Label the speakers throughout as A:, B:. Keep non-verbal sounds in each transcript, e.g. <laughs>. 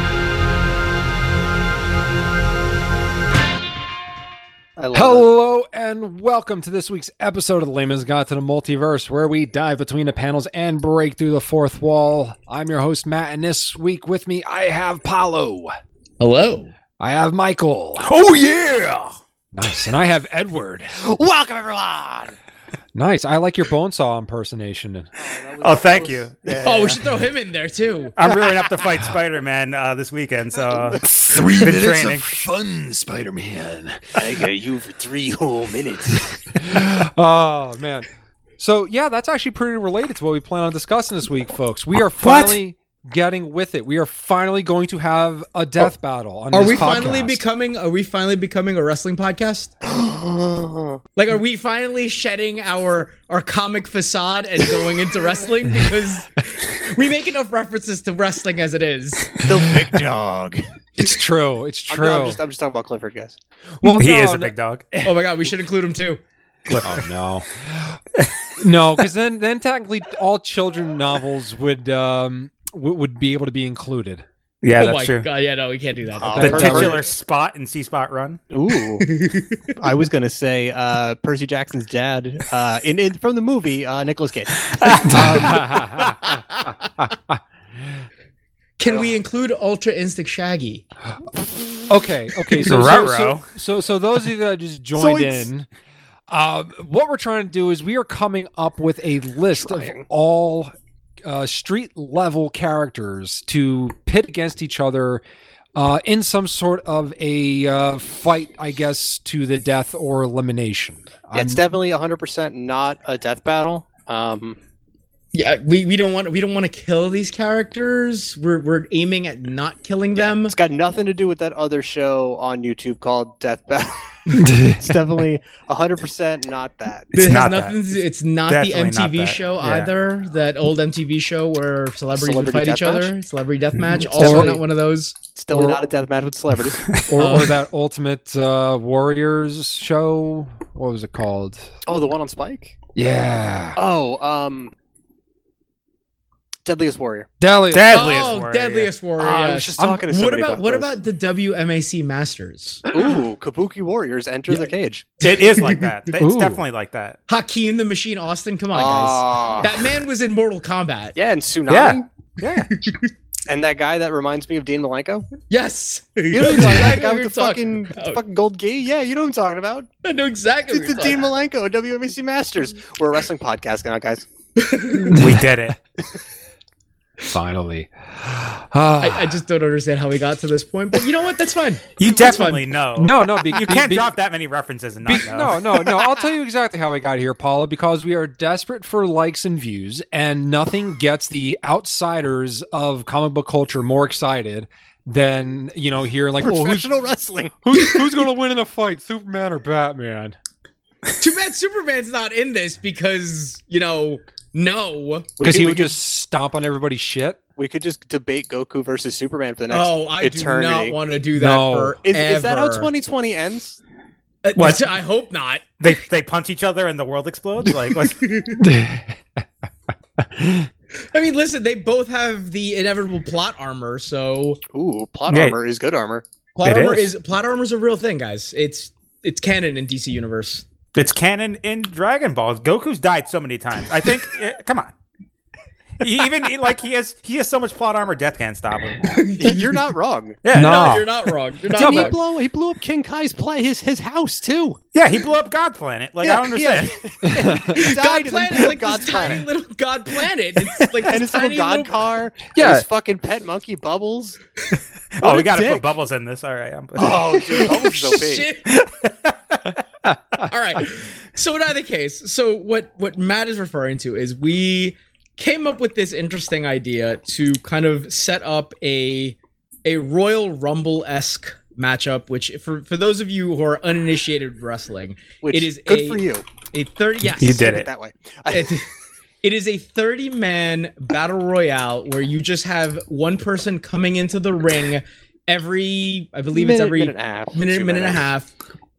A: <laughs>
B: Hello and welcome to this week's episode of The Layman's Guide to the Multiverse, where we dive between the panels and break through the fourth wall. I'm your host, Matt, and this week with me, I have Paolo.
C: Hello.
B: I have Michael.
D: Oh yeah!
B: Nice. And I have Edward.
D: Welcome everyone.
B: Nice. I like your bonesaw impersonation.
E: Oh, thank you. Yeah,
C: Oh,
E: yeah.
C: we should throw him in there too.
E: I'm rearing up to fight Spider Man uh, this weekend, so
D: Three
E: Been
D: minutes
E: training.
D: of fun, Spider-Man. I got you for three whole minutes.
B: oh, man. So, yeah, that's actually pretty related to what we plan on discussing this week, folks. We are finally getting with it. We are finally going to have a death battle. On
C: Are
B: this
C: we finally
B: podcast.
C: becoming? Are we finally becoming a wrestling podcast? Like, are we finally shedding our our comic facade and going into wrestling because we make enough references to wrestling as it is?
D: the big dog.
B: It's true. It's
A: I'm,
B: true.
A: I'm just, I'm just talking about Clifford, guys.
B: well,
E: he
B: no,
E: is a
B: no-
E: big <laughs> dog.
C: Oh my god, we should include him too.
B: Oh no, <laughs> no, because then then technically all children novels would um w- would be able to be <laughs> included.
E: Yeah,
C: oh
E: that's
C: my
E: true.
C: god, yeah, no, we can't do that.
A: Oh,
E: The
B: Perfect.
E: titular spot in C Spot Run.
A: Ooh, I was gonna say uh, Percy Jackson's dad uh, in, in from the movie uh, Nicholas Cage.
B: Um,
C: Can we include Ultra Instinct Shaggy?
B: okay, okay. So so, so
E: Ruh-roh.
B: so so those of you that just
D: So
B: joined
D: it's-
B: in. Um, what we're trying to do is we are coming up with a list of all uh, street level characters to pit against each other uh, in some sort of a uh, fight, I guess, to the death or elimination. I'm-
A: It's definitely 100 percent not a death battle. Um,
C: Yeah, we, we don't want we don't want to kill these characters. We're we're aiming at not killing them.
A: it's got nothing to do with that other show on YouTube called Death Battle. <laughs> it's definitely 100 percent not that.
E: It's
C: It has
E: not
C: nothing to do- it's not
E: Definitely
C: the
E: not
C: MTV
E: that.
C: show
E: Yeah.
C: either. That old MTV show where celebrities would
A: Celebrity
C: fight each
A: deathmatch?
C: other. Celebrity death match.
E: <laughs>
B: Mhm.
C: Also
B: Or-
C: not one of those.
A: Still
B: Or-
A: not a death match with celebrities.
B: or,
C: Uh,
B: or that Ultimate uh, Warriors show. What was it called?
A: Oh, the one on Spike.
B: Yeah,
A: Oh, um, Deadliest Warrior.
B: Deli.
E: Deadliest
C: oh,
E: Warrior.
C: Deadliest Warrior.
A: Ah, I
C: yes.
A: was just talking to
C: what
A: somebody
C: about what
A: this.
C: about the WMAC Masters?
A: Ooh, <laughs> Kabuki Warriors enter
C: Yeah.
A: the cage.
E: It is
B: <laughs>
E: like that. It's
B: Ooh.
E: definitely like that.
C: Hakeem the Machine Austin. Come on, guys.
A: Ah.
C: That man was in Mortal Kombat.
A: yeah, and Tsunami.
E: Yeah. Yeah.
A: <laughs> And that guy that reminds me of Dean
C: <laughs>
A: Malenko.
C: Yes.
A: You know who I'm talking about? The guy with
C: Exactly
A: the
C: what you're
A: fucking,
C: talking about.
A: fucking gold gi? Yeah, you know what I'm talking about.
C: I know exactly.
A: It's
C: what
A: the
C: you're talking
A: Dean Malenko WMC Masters. We're a wrestling podcast now,
C: <laughs>
A: guys.
E: we did
B: <laughs>
E: it.
B: Finally.
C: about. I, I just don't understand how we got to this point, but you know what? That's fine.
E: You
C: That's
E: definitely know.
B: <sighs> no, no, be, be-
E: You can't
B: be-
E: drop that many references and
B: be-
E: not know.
B: no, no, no. I'll tell you exactly how we got here, Paula, because we are desperate for likes and views, and nothing gets the outsiders of comic book culture more excited than you know hearing like, oh, who's,
A: Professional
C: <laughs>
A: wrestling.
B: who's who's going to win in a fight, Superman or Batman?
C: Too bad Superman's not in this because you know no.
B: Because he
A: We
B: would
A: could-
B: just stomp on everybody's shit.
A: We could just debate Goku versus Superman for the next.
C: Oh, I do
A: eternity.
C: not want to do that
B: No.
C: forever.
A: is, is that how 2020 ends?
C: Uh,
E: What?
C: I hope not.
E: They they punch each other and the world explodes. Like
B: <laughs>
E: what's
C: I mean, listen, they both have the inevitable plot armor, so
A: Ooh, plot
E: Yeah.
A: armor is good <laughs> armor.
C: plot
E: It
C: armor
E: is.
C: is. plot armor's a real thing, guys. It's it's canon in DC universe.
E: It's canon in Dragon Ball. Goku's died so many times. I think. <laughs> eh, come on. He even he- like he has he has so much plot armor. Death can't stop him.
A: You're not wrong.
E: Yeah.
B: No.
C: No, you're not wrong. You're not
A: Didn't he
C: wrong.
A: blow? He blew up King Kai's play his his house
C: <laughs>
A: too.
E: Yeah. He blew up God Planet. Like I don't
A: Yeah,
E: understand.
A: He died
C: God
A: in
C: planet, like
A: God's
C: this
A: planet.
C: tiny little God planet. It's
A: <laughs>
C: like
A: and
C: this
A: his
C: tiny
A: little god
C: little-
A: car.
B: Yeah.
A: Yeah, his fucking pet monkey Bubbles.
E: Oh,
A: a
E: we gotta put
A: dick.
E: bubbles in this. All right. I'm, <laughs>
A: Oh, dude,
C: <laughs>
A: Bubbles is OP.
C: Shit. All right. So in either case, so what what Matt is referring to is we came up with this interesting idea to kind of set up a a Royal Rumble esque matchup, which for for those of you who are uninitiated with wrestling,
A: Which
C: It is
A: good
C: a-
A: for you.
C: a thirty yes
E: You did
A: Put
E: it.
A: it that way.
C: it, it is a 30 man battle royale where you just have one person coming into the ring every i believe it's every
A: and a half.
C: minute
A: two
C: minute and a half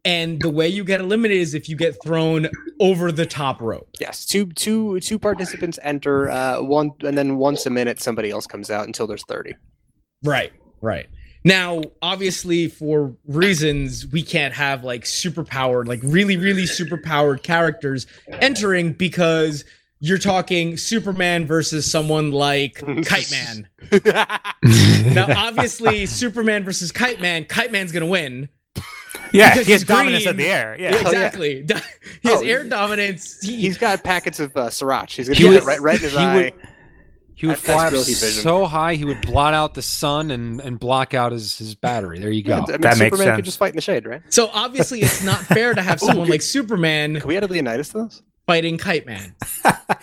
C: And the way you get eliminated is if you get thrown over the top rope.
A: Yes, two two two participants enter uh, one, and then once a minute somebody else comes out until there's thirty.
C: Right, right. Now, obviously, for reasons we can't have like superpowered, like really, really superpowered characters entering because you're talking Superman versus someone like
A: <laughs>
C: Kite Man. Now, obviously, Superman versus Kite Man, Kite Man's gonna win.
E: Yeah,
C: Because
E: he has
C: he's
E: dominance in
C: green.
E: the air. Yeah.
A: yeah.
C: exactly. <laughs> he has
A: Oh,
C: air
A: he-
C: dominance. He-
A: He's got packets of uh, sriracha. He's gonna
B: He
A: get
B: would-
A: it right, right in his
B: he
A: eye.
B: would- He would
A: That- that's
B: fly up
A: really vision.
B: so high he would blot out the sun and, and block out his, his battery. There you
A: Yeah, I
B: go.
A: mean,
E: That
A: Superman
E: makes
A: could
E: sense.
A: just fight in the shade, right?
C: so obviously, it's not fair to have someone like Superman
A: Can we add a Leonidas to this?
C: fighting Kite Man.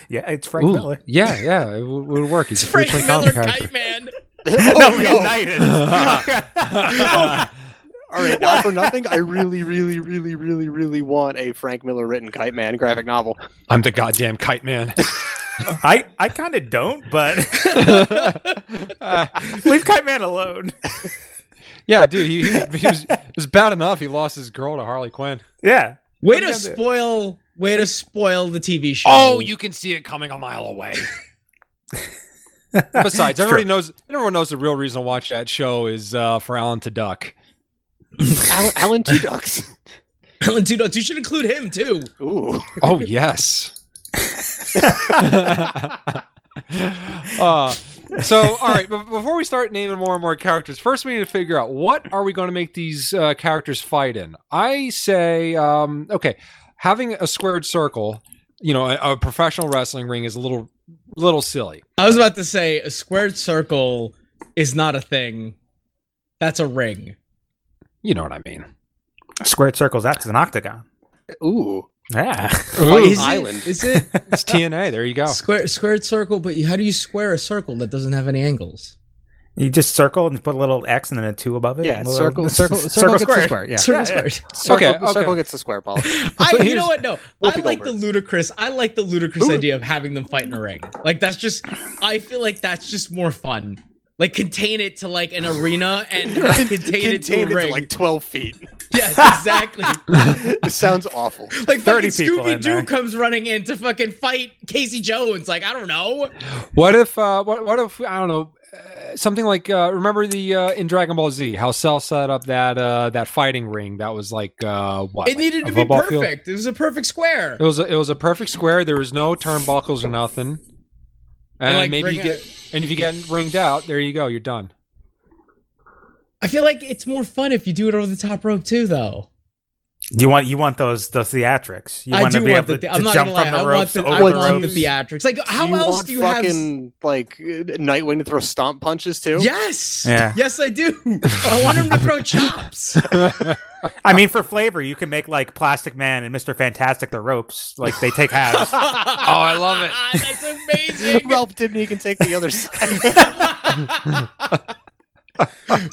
E: Yeah, it's Frank
B: Ooh,
C: <laughs>
E: Miller.
B: yeah, yeah, it would, would work. He's
C: It's
B: a
C: Frank
B: originally
C: Miller
B: comic character.
C: Kite Man.
A: Oh,
E: no,
C: <laughs>
E: Leonidas.
A: All right, now for nothing, I really, really, really, really, really want a Frank Miller written Kite Man graphic novel.
B: I'm the goddamn kite man. <laughs>
E: I, I kind of don't, but <laughs> leave Kite Man alone.
B: yeah, dude, he, he, he was it was bad enough. He lost his girl to Harley Quinn.
E: Yeah.
C: Way
E: What
C: to
E: are you gonna do?
C: spoil. Way to spoil the TV show.
B: Oh,
C: <clears throat>
B: can see it coming a mile away. Besides,
E: It's
B: everybody knows. Everyone knows the real reason to watch that show is uh, for Alan to duck.
A: Alan, Alan Two Ducks.
C: Alan Two Dots. You should include him too.
A: Ooh,
B: Oh yes. <laughs> uh, so all right, but before we start naming more and more characters, first we need to figure out what are we going to make these uh, characters fight in. I say, um, okay, having a squared circle, you know, a, a professional wrestling ring is a little, little silly.
C: I was about to say a squared circle is not a thing. That's a ring.
B: You know what I mean?
E: Squared circles, that's an octagon.
A: ooh.
E: Yeah.
A: Fight
C: Is
A: Island.
C: It, is it
B: It's TNA. There you go.
C: square squared circle? But how do you square a circle that doesn't have any angles?
E: You just circle and put a little X and then a two above it.
A: Yeah,
E: and a little-
A: circle-
E: <laughs> circle,
A: circle- circle
E: circle,
A: gets a
E: squared.
A: square, yeah.
C: Circle
E: Yeah, yeah.
C: squared.
A: Circle,
B: Okay, okay.
A: circle gets the square <laughs> ball.
E: <laughs>
C: I, you
B: here's-
C: know what? No, I
A: Whoopi
C: like the
A: Goldberg.
C: ludicrous. I like the ludicrous
A: Ooh.
C: idea of having them fight in a ring. Like that's just. I feel like that's just more fun. Like contain it to like an arena
E: <laughs>
C: and contain, it to a
A: Contained it to,
C: ring.
A: like twelve <laughs> feet.
C: <laughs> yes, exactly.
A: This sounds awful.
E: <laughs>
C: Like
E: 30
C: fucking
E: people in
C: Scooby Doo
E: there.
C: comes running in to fucking fight Casey Jones. Like I don't know.
B: What if? Uh, what? What if? I don't know. Uh, something like uh, remember the uh, in Dragon Ball Z how Cell set up that uh, that fighting ring that was like uh, what?
C: It
B: like
C: needed
B: a
C: to be
B: football field?
C: perfect. It was a perfect square.
B: It was a, it was a perfect square. There was no turnbuckles or nothing. And
C: like,
B: maybe
C: ring
B: you
C: it-
B: get and if you get ringed out, there you go. You're done. <laughs>
C: I feel like it's more fun if you do it over the top rope too, though.
E: You want you want those those theatrics. You
C: I
E: want
C: do
E: to be
C: want
E: able
C: the.
E: to,
C: I'm
E: to
C: not
E: jump
C: gonna lie.
E: from
C: I
E: the
C: want
E: ropes
C: the, I
E: over
A: What
E: the
C: want
A: do
C: the
E: ropes.
A: you-
C: theatrics. Like how
A: do you
C: else
A: want
C: do you have? s-
A: fucking like Nightwing to throw stomp punches too? <laughs>
C: Yes.
E: Yeah. <laughs>
C: Yes, I do. I want him to throw chops. Uh,
E: I mean, for flavor, you can make like Plastic Man and Mister Fantastic the ropes. Like they take
C: <laughs>
E: halves.
B: I love it.
C: That's amazing.
A: Ralph Dibney can take the
E: <laughs>
A: other side.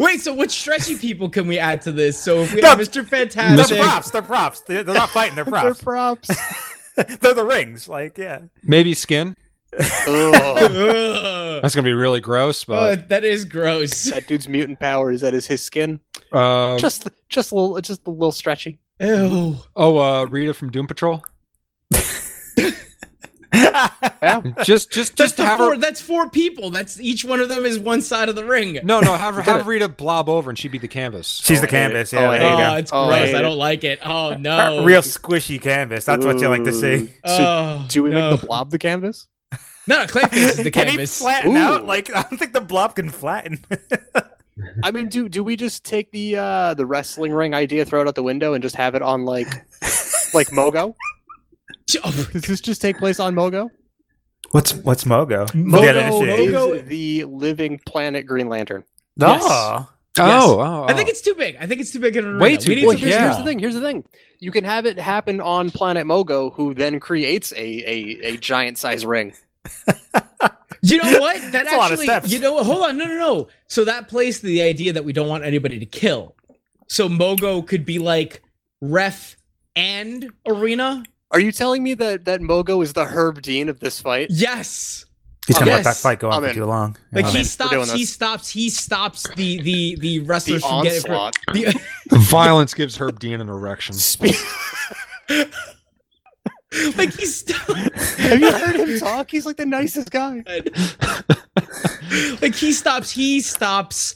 C: Wait, so what stretchy people can we add to this? So if we
E: No,
C: have Mr.
E: they're
C: Fantastic,
E: props. They're props. They're, they're not fighting. They're
C: <laughs>
A: They're
E: props. <laughs>
A: props.
E: they're the rings. Like yeah.
B: Maybe skin.
A: Ugh.
C: Ugh.
B: That's gonna be really gross,
C: Oh,
B: but
C: that is gross.
A: That dude's mutant power is that is his skin.
E: Um,
B: uh,
A: Just, just a little, just a little stretchy.
C: Ew.
B: oh, uh, Rita from Doom Patrol. <laughs> Just, just,
C: That's
B: just
C: the
B: have
C: four.
B: her.
C: That's four people. That's each one of them is one side of the ring.
B: <laughs> No, no, have her,
A: Get
B: have Rita blob over and she'd be the canvas.
E: She's
A: I
E: the
A: hate it.
E: canvas.
A: Oh,
E: Yeah.
A: I hate
E: there you
A: it.
E: go.
C: oh, it's
A: Oh, I
C: gross.
A: hate
C: I,
A: it.
C: don't like it. Oh no.
E: Real squishy canvas. That's what you like to
A: Ooh.
E: see.
A: So,
C: Oh,
A: do we
C: no.
A: make the blob the canvas?
C: <laughs> No, no, Clayface is
E: <laughs>
C: the
E: can
C: canvas.
E: he flatten out?
A: Ooh.
E: Like <laughs> I don't think the blob can flatten.
A: I mean, do do we just take the uh the wrestling ring idea, throw it out the window, and just have it on
E: <laughs>
A: like, like Mogo?
C: <laughs> Oh,
A: Does this just take place on Mogo?
E: what's what's Mogo?
A: Mogo
E: Yeah, that's it.
A: is
C: Mogo-
A: the living planet Green Lantern.
C: Yes.
E: Oh.
C: Yes.
B: Oh, oh,
C: I think
B: oh.
C: it's too big. I think it's too big. Of an
B: Way
C: arena.
B: too
C: We need
B: big.
A: Well,
C: to-
A: here's, here's the
B: Yeah.
A: thing. Here's the thing. You can have it happen on Planet Mogo, who then creates a a, a giant size ring.
C: You know
E: <laughs>
C: what? That
E: That's
C: actually.
E: a lot of steps.
C: You know what? Hold on. No, no, no. So that plays to the idea that we don't want anybody to kill. So Mogo could be like ref and arena.
A: Are you telling me that that Mogo is the Herb Dean of this fight?
C: Yes.
E: He's gonna
C: Oh,
E: let that
C: yes.
E: fight go on
A: I'm
E: for
A: in.
E: too long.
C: Like
E: Yeah.
A: Um,
C: he
A: we're doing
C: stops, he
A: this.
C: stops, he stops the the the
A: The
C: wrestlers from getting for- <laughs>
A: onslaught.
C: the-
B: oh. Violence gives Herb Dean an erection.
C: like he's
A: Have you heard him talk? He's like the nicest guy.
C: <laughs> like he stops he stops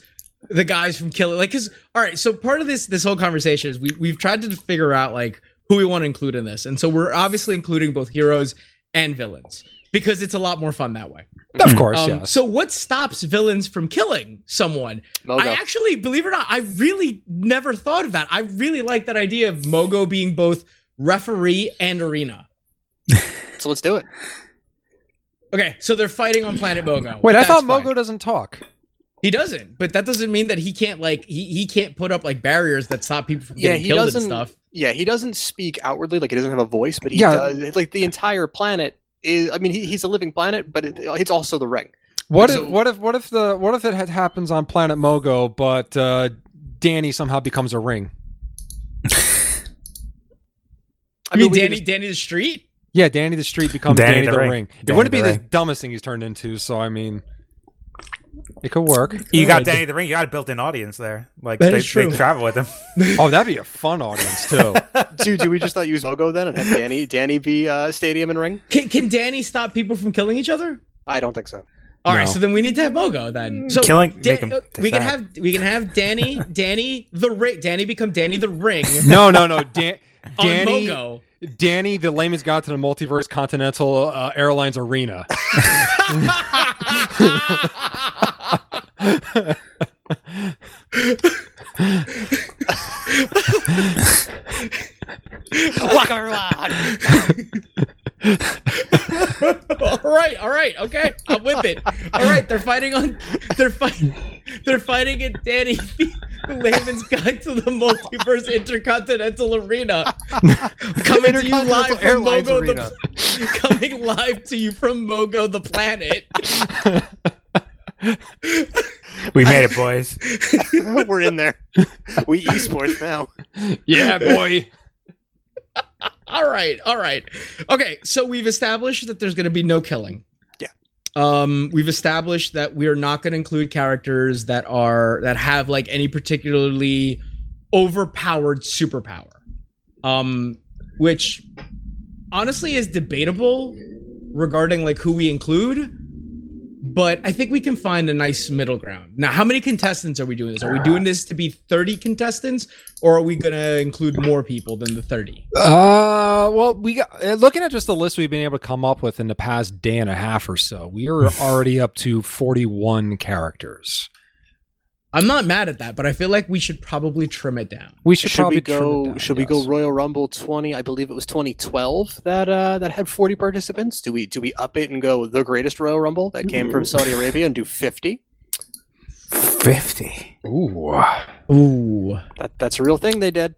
C: the guys from killing like because all right so part of this this whole conversation is we, we've tried to figure out like who we want to include in this and so we're obviously including both heroes and villains because it's a lot more fun that way
E: Hmm.
B: of course,
C: um,
B: yes.
C: so what stops villains from killing someone
B: Oh,
C: i
A: Mogo.
C: actually believe it or not i really never thought of that i really like that idea of mogo being both referee and arena
A: So let's do it.
C: okay so they're fighting on planet mogo
B: Wait, I
C: That's
B: thought
C: fine.
B: Mogo doesn't talk.
C: He doesn't, but that doesn't mean that he can't like he, he can't put up like barriers that stop people from
A: Yeah,
C: getting
A: he
C: killed
A: doesn't-
C: and stuff.
A: Yeah, he doesn't speak outwardly, like he doesn't have a voice, but he
B: Yeah.
A: does. Like the entire planet is. I mean, he, he's a living planet, but it, it's also the ring.
B: What
C: So-
B: if what if what if the what if it had happens on Planet Mogo, but uh, Danny somehow becomes a ring?
C: I mean,
A: we could
C: Danny Danny the Street.
B: Yeah, Danny the Street becomes
E: Danny
B: Danny,
E: the
B: the, ring.
E: Ring.
B: It
E: Danny
B: wouldn't
E: the
B: be the
E: Ring.
B: dumbest thing he's turned into, so I mean it could
C: <coughs>
B: work.
E: You got
C: <laughs> Good.
E: Danny the Ring. You got a built-in audience there. Like
C: That
E: they,
C: is true.
E: they travel with him.
B: Oh, that'd be a fun audience too.
A: just- dude, do we just not use Mogo then and have Danny Danny be uh, stadium and ring?
C: Can, can Danny stop people from killing each other?
A: I don't think so.
C: All right,
B: No.
C: so then we need to have Mogo then.
A: Mm.
C: So
E: Killing.
C: Dan-
E: make him
C: uh, we can have we can have Danny
A: <laughs>
C: Danny the ring Danny become Danny
E: <laughs>
C: the ring
B: no, no,
C: <laughs>
B: no. Dan-
C: on
B: Danny
C: Mogo.
B: Danny, the lamest god to the multiverse continental uh, airlines
C: <laughs>
B: arena.
C: <laughs> all right, all right, okay, I'm with it. All right, they're fighting on, they're fighting, they're fighting at Danny the Layman's Guide to the Multiverse Intercontinental
A: <laughs>
C: Arena. Coming to you live from
A: Airlines
C: Mogo
A: Arena.
C: the, <laughs> coming live to you from Mogo the planet. <laughs>
E: We made it, boys.
A: <laughs> We're in there. <laughs> We esports now.
B: yeah, boy.
C: All right, all right, okay. So we've established that there's going to be no killing.
A: Yeah.
C: Um, we've established that we are not going to include characters that are that have like any particularly overpowered superpower. Um, which honestly is debatable regarding like who we include, but I think we can find a nice middle ground. Now, how many contestants are we doing this? Are we doing this to be 30 contestants or are we going to include more people than the 30?
B: Uh, well, we got uh, looking at just the list we've been able to come up with in the past day and a half or so. We are already up to forty-one characters.
C: I'm not mad at that, but I feel like we should probably trim it down.
B: We should,
A: Should
B: probably
A: we
B: trim it
A: go?
B: down,
A: should we go
B: yes.
A: Royal Rumble 20? I believe it was 2012 that uh, that had 40 participants. Do we do we up it and go the greatest Royal Rumble that came from Saudi Arabia and do 50?
E: Fifty.
B: Ooh,
C: Ooh.
A: That that's a real thing they did.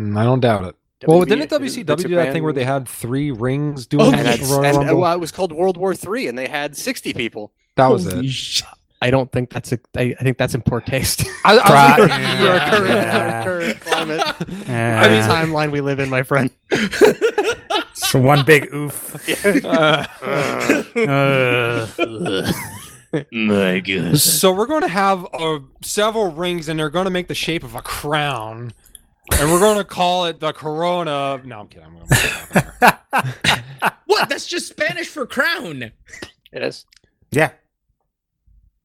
B: Mm, I don't doubt it. well,
A: WWE
B: didn't
A: the
B: WCW do that thing where
A: Japan-
B: they had three rings
C: Oh,
B: doing
A: and,
B: that
A: that's,
B: Royal
A: and uh,
B: Rumble?
A: well, it was called World War Three, and they had 60 people.
B: that was
A: <laughs>
B: it.
A: I don't think that's a. I, I think that's in poor <laughs> taste.
B: I, I was
A: <laughs>
B: like-
A: for our current,
E: Yeah.
A: our current climate,
E: Yeah.
A: I
C: Uh,
A: mean, <laughs> timeline we live in, my friend.
E: Uh, So one big
A: <laughs>
E: oof.
B: <laughs>
E: Uh,
D: My God.
B: so we're going to have uh, several rings, and they're going to make the shape of a crown, and we're going to call it the Corona. No, I'm kidding. I'm gonna
A: <laughs>
B: make it happen there.
C: What? That's just Spanish for crown.
A: It is.
E: yeah.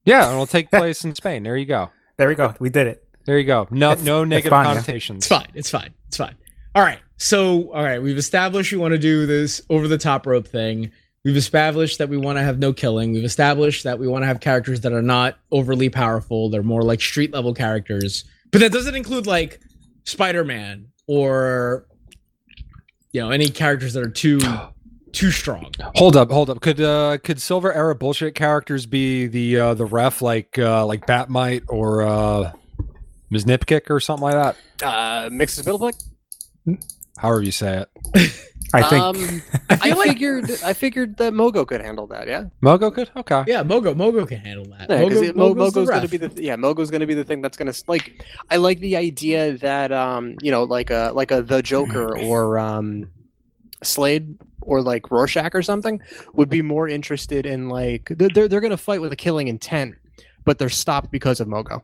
B: yeah, and it'll take place in Spain. There you go.
E: There we go. We did it.
B: There you go. No,
E: That's-
B: no
E: that's
B: negative
E: fine, yeah.
B: connotations.
C: It's fine. It's fine. It's fine. All right. So, all right. We've established we want to do this over the top rope thing. We've established that we want to have no killing. We've established that we want to have characters that are not overly powerful. They're more like street level characters. But that doesn't include like Spider Man or, you know, any characters that
B: <gasps>
C: are too, too strong.
B: Hold up, hold up. Could uh, could Silver Era bullshit characters be the uh, the ref like uh, like Batmite or uh, Ms. Nipkick or something like that?
A: Uh, mixes middle pick.
B: However you say it.
E: I think.
A: Um, I, figured. I figured that Mogo could handle that. Yeah.
B: Mogo could. Okay.
C: Yeah. Mogo, Mogo can handle that.
A: Yeah, 'cause
C: Mogo,
A: it- Mo-
C: Mogo's the
A: Mogo's gonna
C: ref.
A: be the th- yeah, Mogo's gonna be the thing that's gonna s- like. I like the idea that um, you know, like a like a the Joker or um, Slade or like Rorschach or something would be more interested in like they're they're, they're going to fight with a killing intent, but they're stopped because of Mogo.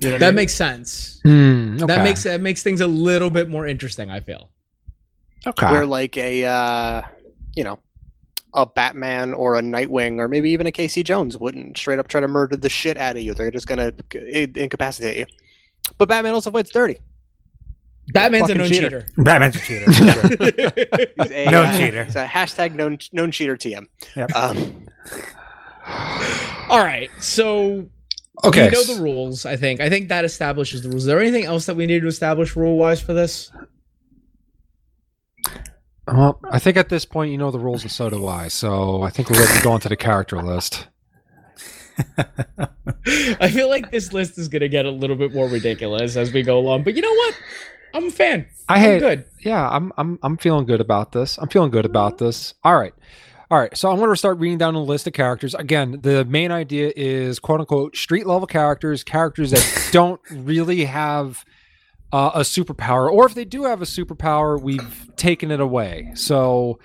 A: You know what I
C: That
A: mean?
C: makes sense.
B: Hmm, okay.
C: That makes that makes things a little bit more interesting. I feel.
B: okay.
A: where like a uh, you know a Batman or a Nightwing or maybe even a Casey Jones wouldn't straight up try to murder the shit out of you. They're just gonna i- incapacitate you. But Batman also fights dirty.
C: Batman's a
A: Fucking
C: known cheater.
A: cheater.
E: Batman's a
C: <laughs>
E: cheater. for
A: <laughs>
E: sure.
A: He's a,
E: Known
A: uh,
E: cheater.
A: He's a hashtag known known cheater TM.
E: Yep.
A: Um, <laughs>
C: All right, so
B: okay.
C: we know the rules. I think. I think that establishes the rules. Is there anything else that we need to establish rule wise for this? <laughs>
B: Well, I think at this point you know the rules, and so do I. So I think we're ready to go into the character list.
C: I feel like this list is gonna get a little bit more ridiculous as we go along. But you know what? I'm a fan.
B: I
C: I'm
B: had,
C: good.
B: yeah, I'm, I'm, I'm feeling good about this. I'm feeling good about this. All right, all right. So I'm going to start reading down the list of characters. Again, the main idea is quote unquote street level characters, characters that don't really have uh, a superpower, or if they do have a superpower, we've taken it away. So.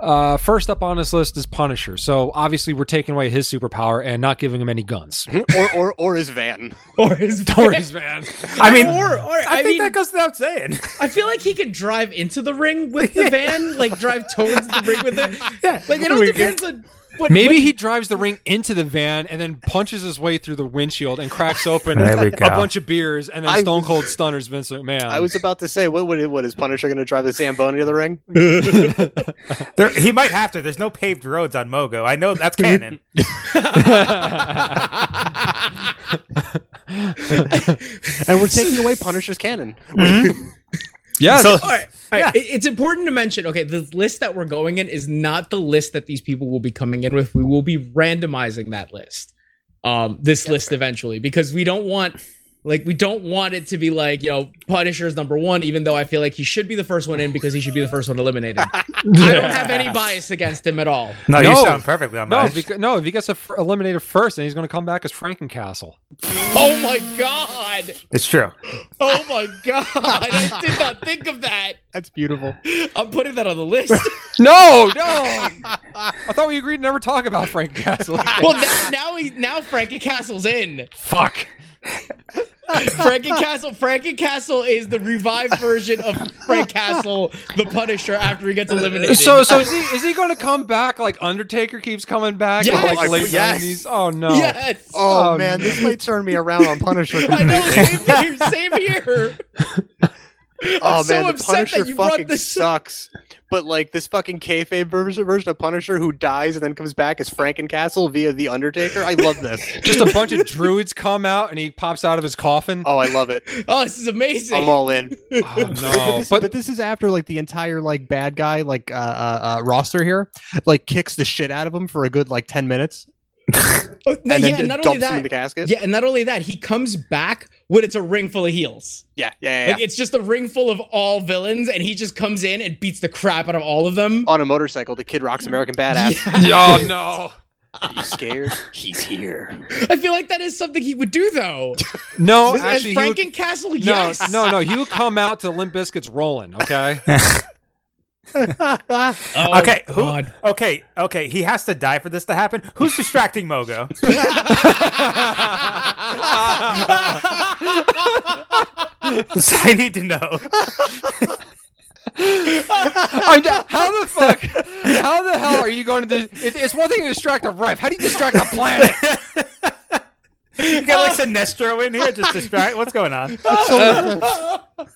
B: Uh, first up on this list is Punisher. So obviously we're taking away his superpower and not giving him any guns.
A: or or or his van.
C: Or his <laughs>
B: Doris Van.
E: I mean,
C: or, or I,
E: I, think
C: mean,
E: that goes without
C: <laughs>
E: saying.
C: I feel like he could drive into the ring with the van, like drive towards the ring with it.
E: yeah,
C: Like it all depends on what.
B: Maybe he drives the ring into the van and then punches his way through the windshield and cracks open
E: There we
B: a
E: go.
B: bunch of beers and then
A: I- <laughs>
B: Stone Cold stunners Vincent Man.
A: I was about to say, what would it, what is Punisher gonna drive the Zamboni to the ring?
E: There, he might have to. There's no paved roads on Mogo. I know
C: <laughs>
E: that's canon.
B: <laughs>
A: And we're taking away Punisher's cannon.
B: yes.
E: <laughs> So-
C: All right, all right.
E: Yeah.
C: <laughs> It- It's important to mention, okay, the list that we're going in is not the list that these people will be coming in with. We will be randomizing that list, um, this list eventually, because we don't want, like, we don't want it to be like, you know, Punisher's number one, even though I feel like he should be the first one in because he should be the first one eliminated. I don't have any bias against him at all.
E: No,
B: No.
E: you sound perfectly on
B: no,
E: mine.
B: because, no, if he gets eff- eliminated first, then he's going to come back as Frankencastle.
C: Oh my god!
E: it's true.
C: Oh my god! I did not think of that.
A: That's beautiful.
C: I'm putting that on
A: <laughs>
C: the list.
B: No, no. <laughs> I thought we agreed to never talk about
A: <laughs>
B: Frankencastle.
C: Well, now, now he now Frankie Castle's in.
B: Fuck.
C: Frankie Castle. Frankie Castle is the revived version of Frank Castle, the Punisher, after he gets eliminated.
B: So, so is he is he going to come back like Undertaker keeps coming back? in,
C: Yes.
B: like late
A: Yes.
B: 90s? Oh no.
C: yes.
A: Oh,
B: Um,
A: man, this might turn me around on
C: <laughs>
A: Punisher.
C: I know. Same here. Same here.
A: Oh
C: I'm so
A: man, the
C: upset that
A: Punisher
C: you brought
A: fucking
C: this up.
A: sucks. But like this fucking kayfabe version, version of Punisher who dies and then comes back as Frankencastle via the Undertaker. I love
C: <laughs>
A: this.
B: Just a bunch of druids come out and he pops out of his
A: <laughs>
B: coffin.
A: Oh, I love it.
C: Oh, this is amazing.
A: I'm all
C: <laughs>
A: in.
B: Oh, no,
A: this,
B: but
A: <laughs> this is after like the entire like bad guy like uh, uh, uh, roster here like kicks the shit out of him for a good like ten minutes
C: Oh, no,
A: and
C: yeah,
A: then
C: not
A: dumps
C: only
A: him in the
C: that.
A: casket.
C: Yeah, and not only that, he comes back when it's a ring full of heels.
A: yeah, yeah. yeah,
C: Like it's just a ring full of all villains, and he just comes in and beats the crap out of all of them.
A: On a motorcycle, the Kid Rock's
C: <laughs>
A: American Badass.
B: oh no,
A: Are you scared?
D: He's here.
C: I feel like that is something he would do <laughs> though. Oh,
B: no,
C: This-
B: actually,
C: and
B: he would-
C: Franken Castle,
B: no,
C: yes.
B: no, no, he would come out to Limp Biscuits rolling. Okay,
C: Oh,
E: okay, who,
C: God.
E: okay, okay. He has to die for this to happen. Who's distracting
C: <laughs>
E: Mogo? <laughs> I need to know.
B: I'm d- how the fuck, how the hell are you going to? Dis- it, it's one thing to distract a ref. How do you distract a planet?
E: You got like Sinestro in here just distract. What's going on?
C: Oh, <laughs>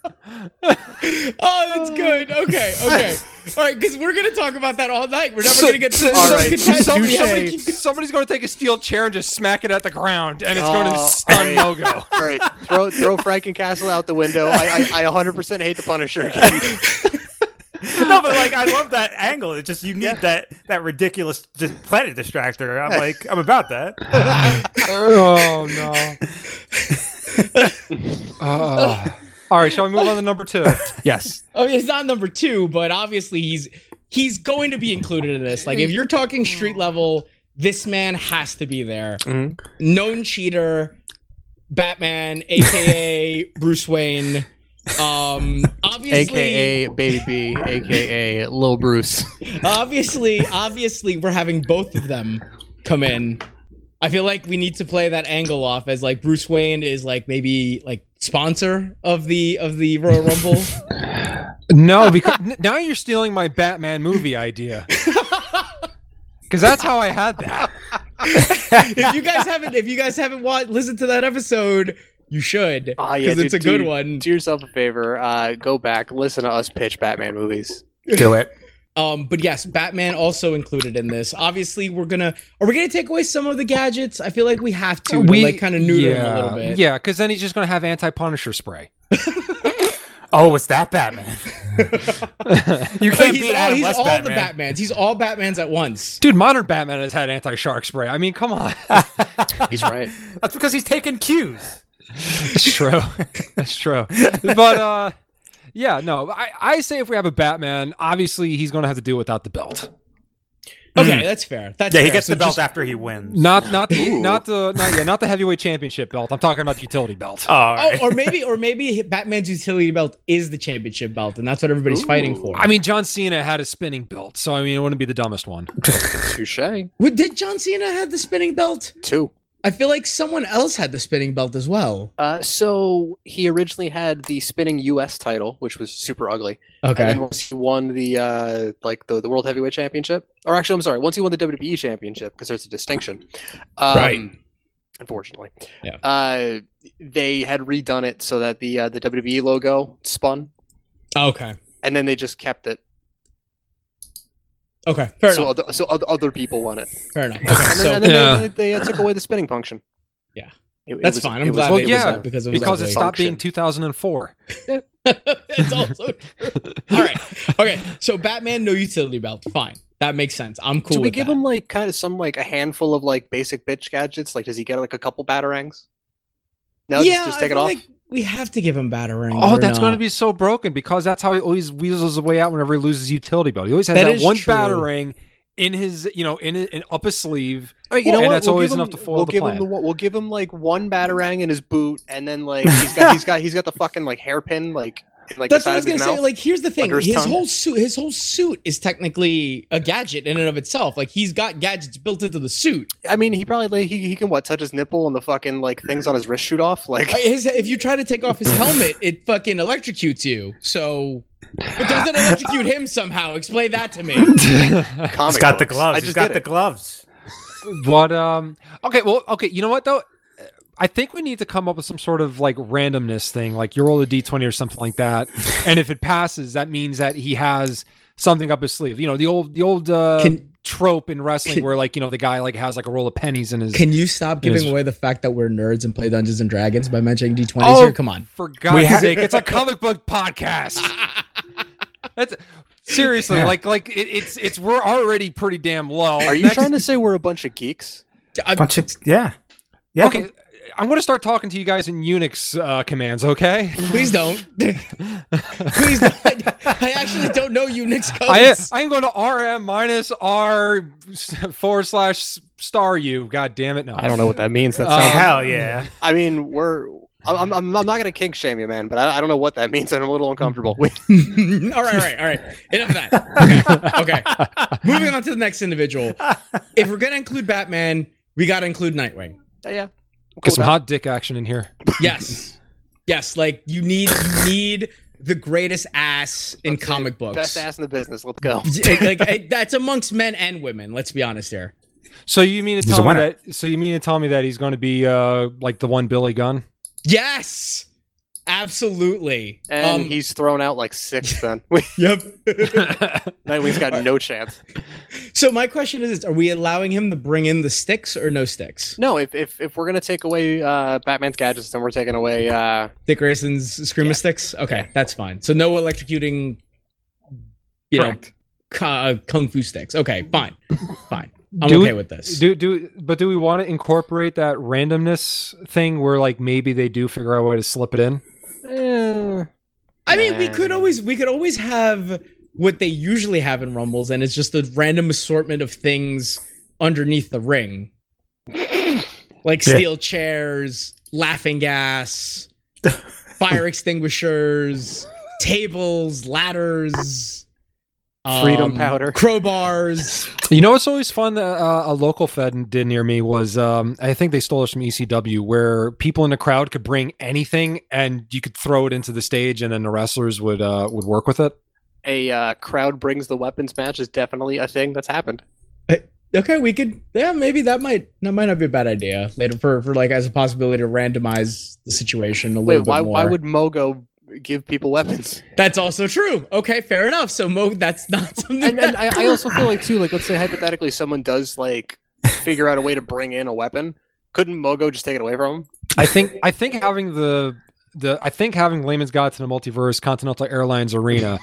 C: that's good. Okay, <laughs> okay. All right, because we're gonna talk about that all night. We're <laughs> never gonna get to
A: all
C: some
A: right,
C: contest-
B: Somebody-
C: somebody
B: somebody-
C: keep-
B: somebody's going to take a steel chair and just smack it at the ground, and it's going to
A: Oh,
B: stun Mogo.
A: All right, throw throw Frankencastle out the window. I I, I 100% hate the
C: <laughs>
A: Punisher. again.
E: No, but like I love that angle. It's just you need that that ridiculous just planet distractor. I'm like I'm about that.
B: oh no. Uh, all right, shall we move on to number two?
E: Yes.
C: I mean, it's not number two, but obviously he's he's going to be included in this. Like, if you're talking street level, this man has to be there.
A: Mhm. <laughs>
C: Known cheater, Batman, aka Bruce Wayne. Um, obviously,
A: aka Baby B, aka Lil Bruce.
C: <laughs> obviously, obviously, we're having both of them come in. I feel like we need to play that angle off as like Bruce Wayne is like maybe like sponsor of the of the Royal Rumble.
B: No, because n- now you're stealing my Batman movie idea. Because that's how I had that.
C: if you guys haven't if you guys haven't watched listened to that episode, you should
E: Oh,
A: Ah,
C: because
A: yeah,
C: it's
A: dude,
C: a good
A: dude,
C: one.
A: Do yourself a favor, uh, go back, listen to us pitch Batman movies.
E: Do it.
C: Um, but yes, Batman also included in this. Obviously, we're gonna are we gonna take away some of the gadgets? I feel like we have to, we, like kind of neuter
B: yeah,
C: him a little bit.
B: Yeah, because then he's just going to have anti Punisher spray.
E: Oh, it's that Batman. you
C: But
E: can't
C: he's
E: beat
C: all,
E: Adam
C: he's
E: West
C: all
E: Batman.
C: the Batmans. He's all Batmans
B: <clears throat>
C: at
B: <laughs>
C: once.
B: Dude, modern Batman has had anti shark spray. I mean, come on.
E: <laughs>
A: <laughs> He's right.
E: That's because he's taking cues.
B: That's true. That's true. But uh yeah, no. I, I say if we have a Batman, obviously he's gonna have to do without the belt.
C: Okay, that's fair. That's
E: Yeah, he
C: fair.
E: gets
C: So
E: the belt
C: just-
E: after he wins.
B: Not not the,
A: Ooh.
B: not the not yeah, not the heavyweight championship belt. I'm talking about the utility belt.
E: Oh, all right.
C: Oh, or maybe, or maybe Batman's utility belt is the championship belt, and that's what everybody's fighting for.
B: I mean, John Cena had a spinning belt, so I mean, it wouldn't be the dumbest one.
A: Touche.
C: Wait, did John Cena have the spinning belt?
A: Two.
C: I feel like someone else had the spinning belt as well.
A: Uh, so he originally had the spinning U.S. title, which was super ugly. And then once he won the uh, like the, the world heavyweight championship, or actually, I'm sorry, once he won the WWE championship, because there's a distinction. Um,
C: Right.
A: Unfortunately,
C: Yeah.
A: uh, they had redone it so that the uh, the WWE logo spun,
C: Okay.
A: and then they just kept it.
C: Okay. Fair
A: so
C: enough.
A: other, so oth- other people won it, <laughs>
C: Fair enough.
A: and
C: Okay,
A: then,
C: so
A: and then they-
B: Yeah.
A: they, they, uh, took away the spinning function.
C: Yeah.
A: It- it
C: that's
A: was-
C: fine.
A: it
C: I'm
A: was-
C: glad.
B: Well,
C: they-
A: it was,
B: yeah,
A: uh,
C: because it was
B: Because it
C: ugly.
B: stopped being
A: function.
B: 2004.
C: <laughs> it's also true. All right. Okay. So Batman, no utility belt. Fine. That makes sense. I'm cool.
A: Should we
C: with
A: give
C: that.
A: him like kind of some like a handful of like basic bitch gadgets? Like, does he get like a couple batarangs? No, just- just,
C: I
A: take it
C: feel
A: off.
C: like we have to give him batarang.
B: Oh,
C: or
B: that's going to
C: not.
B: be so broken because that's how he always weasels his way out whenever he loses his utility belt. He always has
C: That
B: that,
C: is
B: one
C: true.
B: battering in his, you know, in, in up his sleeve.
A: All right, you
B: Well,
A: know
B: and
A: what?
B: that's
A: we'll
B: always
A: give
B: enough
A: him-
B: to foil
A: we'll
B: the
A: give
B: plan.
A: him the one- we'll give him like one batarang in his boot, and then like he's got he's got he's got the fucking like hairpin like in, like
C: That's
A: the side
C: what I was
A: of his
C: gonna say.
A: mouth.
C: Like, here's the thing:
A: Under
C: his,
A: his tongue.
C: whole suit, his whole suit is technically a gadget in and of itself. Like, he's got gadgets built into the suit.
A: I mean, he probably like, he he can what touch his nipple and the fucking like things on his wrist shoot off. Like,
C: Uh, His, if you try to take off his helmet, it fucking electrocutes you. So, it doesn't electrocute him somehow. Explain that to me.
A: comic
E: He's got the
A: books.
E: gloves.
A: Oh, I
E: He's
A: just
E: got
A: did
E: the
A: it.
E: gloves.
B: But um, okay, well, okay. You know what though? I think we need to come up with some sort of like randomness thing, like you roll a d twenty or something like that, and if it passes, that means that he has something up his sleeve. You know, the old the old uh,
C: Can-
B: trope in wrestling
C: can-
B: where like you know the guy like has like a roll of pennies in his.
C: Can you stop
B: It is-
C: giving away the fact that we're nerds and play Dungeons and Dragons by mentioning D20s
B: Oh.
C: here? Come on.
B: For
E: We
B: God's
E: ha-
B: sake, it's a comic book podcast. That's seriously
E: Yeah.
B: like like it, it's it's we're already pretty damn low.
A: Are you
B: Next-
A: trying to say we're a bunch of geeks?
C: I-
E: Bunch of yeah, yeah.
B: Okay, I'm gonna start talking to you guys in Unix uh, commands. Okay. <laughs>
C: please don't. please don't. I actually don't know Unix
B: I,
C: codes.
B: I'm going to RM minus R forward slash star U. God damn it. No.
A: I don't know what that means. That
B: Uh,
A: sounds.
E: Hell <laughs> yeah.
A: I mean, we're. I'm, I'm, I'm not gonna kink shame you, man, but I, I don't know what that <laughs> means, and I'm a little uncomfortable.
B: uh,
C: <laughs> all right, all right, all right. Enough of that. Okay. okay. Moving on to the next individual. If we're gonna include Batman, we gotta include Nightwing.
A: yeah,
B: Get some hot dick action in here.
C: Yes. Yes, like you need you need the greatest ass in
A: Let's say
C: comic books.
A: best ass in the business. Let's <laughs> go.
C: like I- that's amongst men and women, let's be honest here.
B: So you mean to
E: He's a
B: tell me
E: winner.
B: that? So you mean to tell me that he's going to be uh like the one Billy Gunn?
C: Yes. Absolutely.
A: And
C: Um,
A: he's thrown out like six. <laughs> Then We-
C: <laughs> yep. <laughs>
A: Nightwing's got <laughs> no chance.
C: So my question is: Are we allowing him to bring in the sticks or no sticks?
A: No, if if, if we're gonna take away uh, Batman's gadgets, then we're taking away. Uh,
C: Dick Grayson's screamer sticks. Okay, that's fine. So no electrocuting. You
B: Correct.
C: know, ca- kung fu sticks. Okay, fine, fine. I'm
B: Do
C: okay
B: we-
C: with this.
B: Do do but do we want to incorporate that randomness thing where like maybe they do figure out a way to slip it in?
A: eh,
C: I mean, we could always we could always have what they usually have in rumbles, and it's just a random assortment of things underneath
A: <clears throat>
C: the ring, like
A: <laughs>
E: Yeah.
C: steel chairs, laughing gas, fire extinguishers, tables, ladders, um,
A: Freedom powder.
C: crowbars.
B: You know what's always fun that uh, a local fed did near me was um, I think they stole this from ECW, where people in the crowd could bring anything and you could throw it into the stage, and then the wrestlers would uh, would work with it.
A: A uh, crowd brings the weapons match is definitely a thing that's happened.
C: Okay, we could. Yeah, maybe that might that might not be a bad idea later for for like as a possibility to randomize the situation a
A: Wait,
C: little bit
A: why,
C: more.
A: why would Mogo give people weapons?
C: That's also true. Okay, fair enough. So Mo, that's <laughs> not
A: <laughs>
C: something.
A: And, and
C: that-
A: I, I also feel like too, like let's say hypothetically someone does like figure out a way to bring in a weapon. Couldn't Mogo just take it away from him?
B: I think I think having the the I think having Layman's Guide to the Multiverse Continental Airlines Arena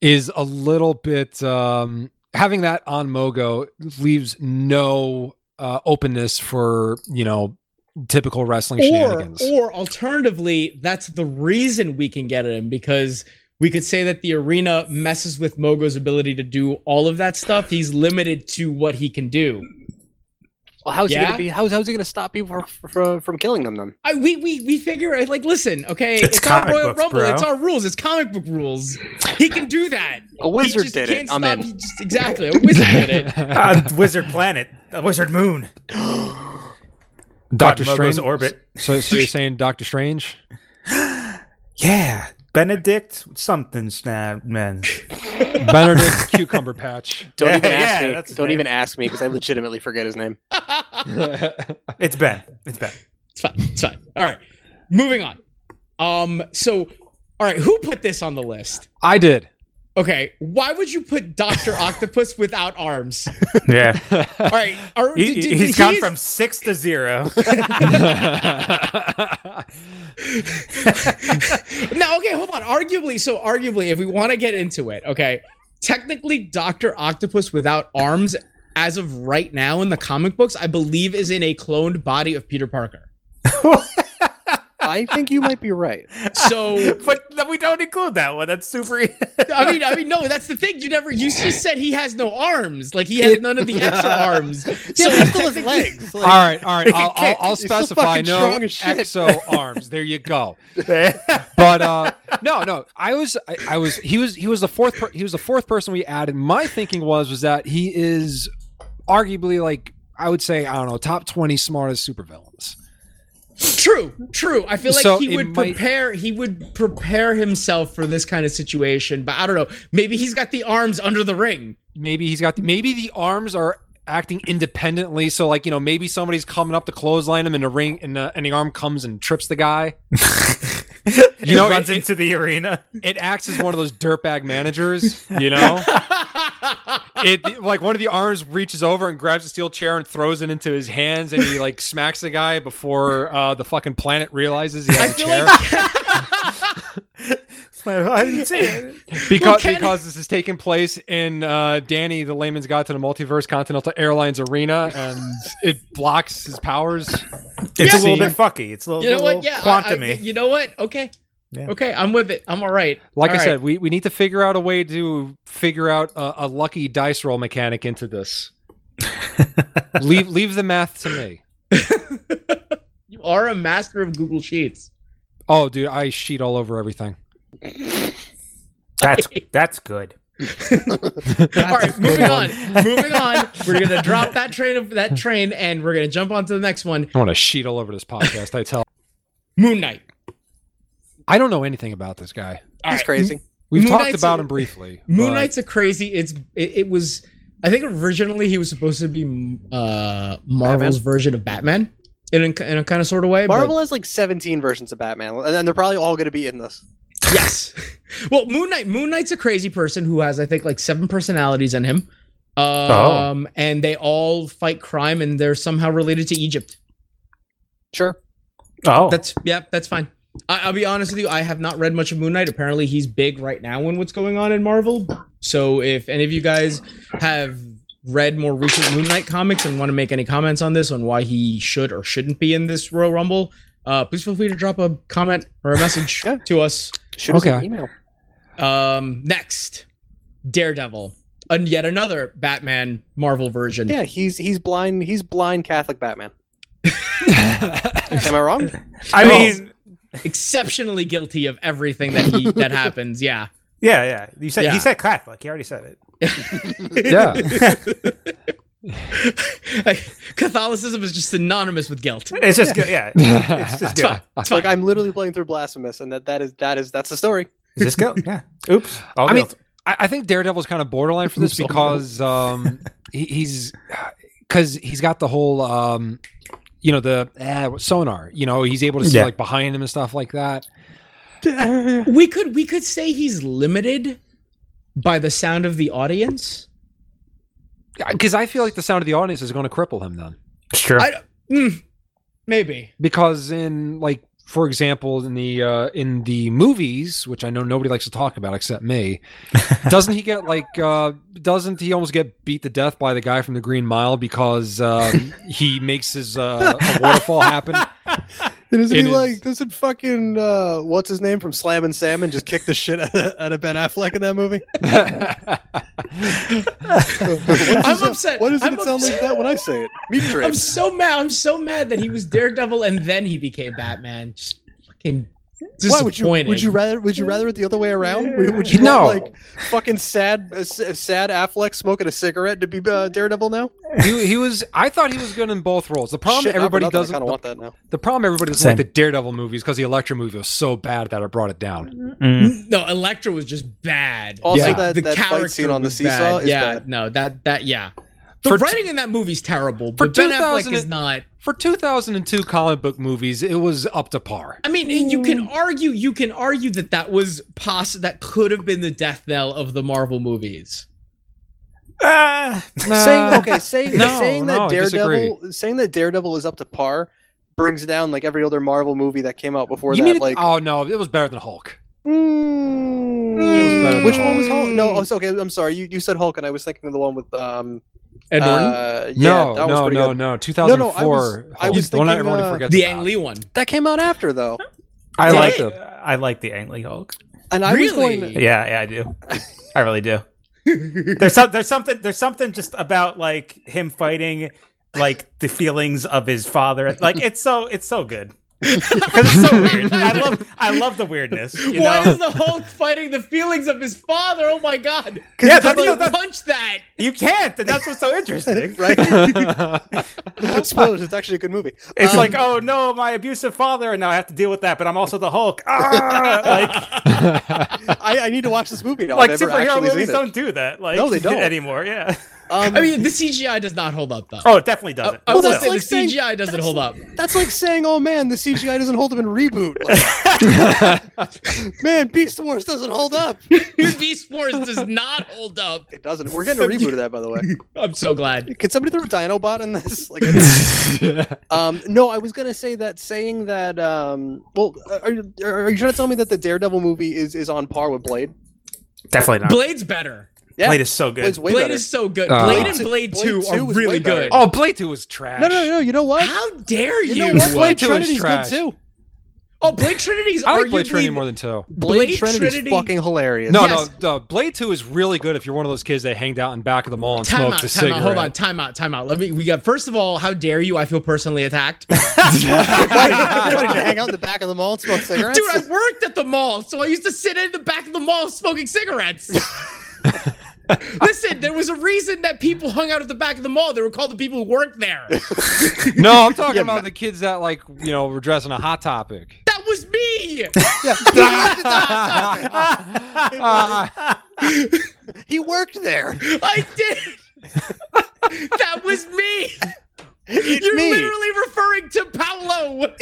B: is a little bit um, having that on Mogo leaves no uh, openness for you know typical wrestling
C: or
B: shenanigans.
C: or alternatively, that's the reason we can get him because we could say that the arena messes with Mogo's ability to do all of that stuff. He's limited to what he can do.
A: Well, how's he
C: Yeah.
A: gonna be? How's how's he gonna stop people from from killing them then?
C: I, we we we figure it like listen, okay,
E: It's
C: it's, our
E: comic
C: Royal
E: books,
C: Rumble,
E: bro.
C: it's our rules, it's comic book rules. He can do that.
A: A
C: He
A: wizard
C: just
A: did
C: can't
A: it. I'm
C: stop-
A: in.
C: he just- exactly, a wizard did it.
E: Uh, wizard planet, a wizard moon,
B: <laughs> Doctor
E: Caught Mogo's
B: Strange
E: orbit.
A: <laughs>
B: So, so you're saying Doctor Strange?
E: Yeah, Benedict something snap man.
B: Benedict Cucumber Patch.
A: Don't
E: Yeah,
A: even ask
E: yeah,
A: me.
E: that's his
A: Don't
E: name.
A: even ask me because I legitimately forget his name.
E: It's Ben. It's Ben.
C: It's fine. It's fine. All right. Moving on. Um, so all right, who put this on the list?
B: I <laughs> did.
C: Okay, why would you put Doctor <laughs> Octopus without arms?
E: Yeah,
C: All right, are,
E: he,
C: did- did-
E: he's gone
C: he's-
E: from six to <laughs> zero.
C: <laughs> no, okay, hold on. Arguably, so arguably, if we want to get into it, okay, technically, Doctor Octopus without arms, as of right now in the comic books, I believe is in a cloned body of Peter Parker.
A: <laughs> I think you might be right.
C: So,
E: but we don't include that one. That's super. <laughs>
C: I mean, I mean, no, that's the thing. You never, you just said he has no arms, like he has none of the extra arms. So
A: he still has legs.
B: all right, all right. I'll, I'll,
A: kick.
B: I'll
A: He's still
B: specify
A: fucking
B: no
A: strong as shit.
B: exo arms. There you go.
E: yeah,
B: But uh, no, no. I was, I, I was. He was, he was the fourth. Per- he was the fourth person we added. My thinking was, was that he is arguably like I would say I don't know top twenty smartest supervillains.
C: True, true. I feel like
B: So
C: he
B: it
C: would
B: might-
C: prepare. He would prepare himself for this kind of situation. But I don't know. Maybe he's got the arms under the ring. <laughs>
B: Maybe he's got. The, maybe the arms are acting independently. So like you know, maybe somebody's coming up to clothesline him in the ring, and the, and the arm comes and trips the guy.
E: you
B: know,
E: runs
B: it-
E: into the arena.
B: it acts as one of those dirtbag managers, you know? it like one of the arms reaches over and grabs a steel chair and throws it into his hands and he like smacks the guy before uh, the fucking planet realizes he
C: I
B: has a
C: feel
B: chair.
E: <laughs>
C: <laughs>
E: I didn't see it.
B: because
C: Well, can-
B: because this is taking place in uh, Danny, the layman's guide to the multiverse Continental Airlines arena and it blocks his powers.
E: It's a
B: Yeah.
E: little bit fucky. It's a little,
C: You know
E: little
C: what? Yeah, I- I-
E: quantum-y.
C: you know what? Okay,
E: Yeah.
C: okay, I'm with it. I'm all right.
B: Like
C: All
B: I
C: right.
B: said, we, we need to figure out a way to figure out a, a lucky dice roll mechanic into
C: <laughs>
B: this. leave leave the math to me.
C: you are a master of Google
B: <laughs>
C: Sheets.
B: Oh, dude, I sheet all over everything.
E: That's that's good.
C: all right, moving on. moving on. We're gonna drop that train of that train, and we're gonna jump onto the next one.
B: I want to sheet all over this podcast. I tell. <laughs>
C: Moon Knight.
B: I don't know anything about this guy.
C: All
A: He's
C: right.
A: crazy.
B: We've
C: Moon
B: talked
C: Knight's
B: about
C: a-
B: him briefly.
C: <laughs> Moon
B: but-
C: Knight's a crazy. It's it, it was. I think originally he was supposed to be uh Marvel's version of Batman in a, in a kind of sort of way. but-
A: Marvel has like 17 versions of Batman, and then they're probably all gonna be in this.
C: yes. <laughs> Well, Moon Knight. Moon Knight's a crazy person who has I think like seven personalities in him. Um, and they all fight crime, and they're somehow related to Egypt.
A: Sure.
E: Oh,
C: That's yeah, that's fine. I, I'll be honest with you. I have not read much of Moon Knight. Apparently, he's big right now in what's going on in Marvel. So, if any of you guys have read more recent Moon Knight comics and want to make any comments on this, on why he should or shouldn't be in this Royal Rumble, uh, please feel free to drop a comment or a message
A: <laughs> Yeah.
C: to us.
A: Shoot us an
B: Okay.
A: email.
C: Um, next, Daredevil, and yet another Batman Marvel version.
A: Yeah, he's he's blind. He's blind Catholic Batman. Am I wrong?
E: I
C: Oh.
E: mean,
C: exceptionally guilty of everything that he
A: <laughs>
C: that happens. Yeah.
E: Yeah, yeah. You said
C: Yeah.
E: he said Catholic. He already said it.
C: <laughs>
B: Yeah.
C: Like, Catholicism is just synonymous with guilt.
E: It's just gu- yeah. <laughs> It's just
C: It's
E: guilt.
C: fine. It's fine.
A: Like I'm literally playing through Blasphemous, and that that is that is that's the story.
E: It's just guilt. Yeah. Oops. All
B: I mean,
E: guilt.
B: I, I think Daredevil's kind of borderline for this
C: Oops, all
B: because um, he, he's because he's got the whole um, you know the eh, sonar. You know, he's able to see
E: Yeah.
B: like behind him and stuff like that.
C: we could we could say he's limited by the sound of the audience.
B: Because I feel like the sound of the audience is going to cripple him then.
E: sure.
C: I- Mm, maybe.
B: because in like for example in the uh in the movies which i know nobody likes to talk about except me doesn't he get like uh doesn't he almost get beat to death by the guy from the green mile because um he makes his uh a waterfall happen <laughs>
A: And isn't
B: It
A: he
B: is-
A: like doesn't fucking uh, what's his name from Slam and Salmon just kick the shit out of, out of Ben Affleck in that movie? What does it
C: I'm
A: sound-
C: upset.
A: Why does
C: I'm
A: it sound like
C: upset.
A: that when I say it? Meat
C: I'm
A: drips.
C: so mad. I'm so mad that he was Daredevil and then he became Batman. Just fucking disappointing.
A: Why would you? Would you rather? Would you rather it the other way around? Would, would you
B: No.
A: want, like fucking sad, uh, s- sad Affleck smoking a cigarette to be uh, Daredevil now?
B: he, he was i thought he was good in both roles the problem
A: Shit, not for
B: everybody
A: nothing, I
B: doesn't
A: kind
B: the,
A: of want that now.
B: the problem everybody doesn't like
E: Same.
B: the daredevil movies because the electro movie was so bad that it brought it down
E: Mm.
C: No, Elektra was just bad.
A: Also,
B: Yeah.
A: that, that fight scene on the
C: was
A: seesaw
C: bad.
A: is
C: yeah,
A: bad.
C: no, that that yeah. The
B: For t-
C: writing in that movie's terrible,
B: For
C: but Ben Affleck
B: 2000
C: is not.
B: for 2002 comic book movies it was up to par
C: I mean, you can argue, you can argue that that was poss that could have been the death knell of the Marvel movies.
E: Ah,
A: saying okay, saying
B: Uh, <laughs> No,
A: saying that
B: no, I disagree.
A: Daredevil, saying that Daredevil is up to par, brings down like every other Marvel movie that came out before
B: you
A: that.
B: needed-
A: like,
C: uh,
B: oh no it was better than hulk
A: mm,
B: better
A: which
B: than
A: one was Hulk? No, oh, so- okay. I'm sorry. You you said Hulk, and I was thinking of the one with um.
C: And
A: Uh, yeah,
B: No,
A: that was
B: no,
A: pretty
B: no,
A: good.
B: no.
A: no,
B: 2004.
A: I was- I
B: Hulk.
A: was
B: The one
A: thinking,
B: everyone
A: uh,
B: forgets
C: the
B: about.
C: Ang Lee <laughs> one.
A: That came out after though,
E: I
C: Yeah.
E: like
C: Yeah.
E: the I like the Ang Lee Hulk.
A: and I was
C: really?
A: going.
E: Yeah, yeah, I do. I really do. there's some, there's something there's something just about like him fighting like the feelings of his father. Like it's so it's so good. <laughs> 'Cause it's so weird. I love I love the weirdness. You
C: Why
E: know?
C: is the Hulk fighting the feelings of his father? Oh my god!
E: yeah,
C: How
E: that's,
C: do you
E: that's,
C: punch that?
E: you can't, and that's what's so interesting.
A: <laughs> <laughs> Right,
B: Ang-
A: spoilers. It's actually a good movie.
E: It's
A: Um,
E: like, oh no, my abusive father, and now I have to deal with that, but I'm also the Hulk.
A: <laughs>
E: Ah!
A: I, I need to watch this movie now.
E: Like, like
A: I've never
E: superhero
A: actually seen
E: movies
A: it.
E: don't do that. Like, <laughs>
A: No, they don't.
E: anymore. Yeah.
A: Um,
C: I mean, the CGI does not hold up though.
E: Oh, it definitely doesn't.
C: I
A: well,
C: will
A: that's
C: say
A: like
C: the
A: saying-
C: CGI doesn't hold up.
A: That's like saying, "Oh man, the CGI doesn't hold up in reboot." Like, <laughs> man, Beast Wars doesn't hold up.
C: Beast Wars does not hold up.
A: It doesn't. We're getting a reboot of that, by the way.
C: I'm so
A: <laughs>
C: glad.
A: Can somebody throw a Dinobot in <laughs> this? Like, I- um, no, I was gonna say that saying that. Um, well, are you, are you trying to tell me that the Daredevil movie is is on par with Blade?
E: Definitely not.
C: Blade's better.
A: Yeah.
E: Blade is so good.
A: Blade's way
C: Blade
A: better.
C: is so good.
B: Uh,
C: Blade and Blade,
A: Blade
C: 2
A: 2
C: are
A: was way
C: really
A: better.
C: good.
B: oh, Blade 2 was trash.
A: no, no, no. You know what?
C: How dare you?
A: you know what? Blade
B: Blade two is
A: Trinity's good
B: trash.
A: too.
C: Oh, Blade Trinity's
B: I like Blade
C: arguably-
B: Trinity more than 2.
A: Blade,
C: Blade
A: Trinity's
C: Trinity-
A: fucking hilarious. <laughs>
B: No,
C: Yes.
B: no, no. Blade 2 is really good if you're one of those kids that hanged out in back of the mall and
C: Time
B: smoked
C: out,
B: a
C: time
B: cigarette.
C: out, hold on, time out, time out. Let me we got first of all, how dare you? I feel personally attacked.
A: Why,
C: <laughs>
A: why did you hang out in the back of the mall and smoke cigarettes?
C: Dude, I worked at the mall, so I used to sit in the back of the mall smoking cigarettes. Listen, there was a reason that people hung out at the back of the mall. They were called the people who worked there.
B: No, <laughs> I'm talking about the kids that like, you know, were dressing a hot <laughs> topic.
C: That was me.
A: <laughs> he worked there.
C: I did. that was me.
A: It's
C: You're
A: me.
C: literally referring to Paolo.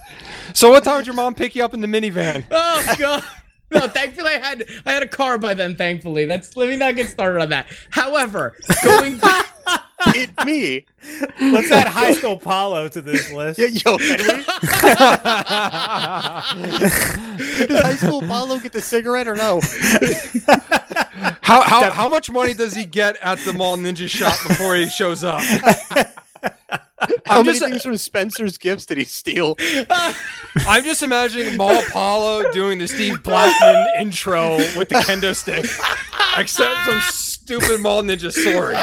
B: <laughs> so what time did your mom pick you up in the minivan? <laughs>
C: Oh god. No, thankfully I had I had a car by then. Thankfully, that's let me not get started on that. However, going back,
A: It's me.
E: Let's add High School Paulo to this list.
A: Yeah,
C: <laughs>
A: yo, Henry, does high school Paulo get the cigarette or no?
B: How how, how much money does he get at the mall ninja shop before he shows up?
A: How
B: I'm
A: many
B: just-
A: things from Spencer's gifts did he <laughs> steal?
B: I'm just imagining Maul Paulo doing the Steve Blackman intro with the kendo stick, except some stupid Maul Ninja sword.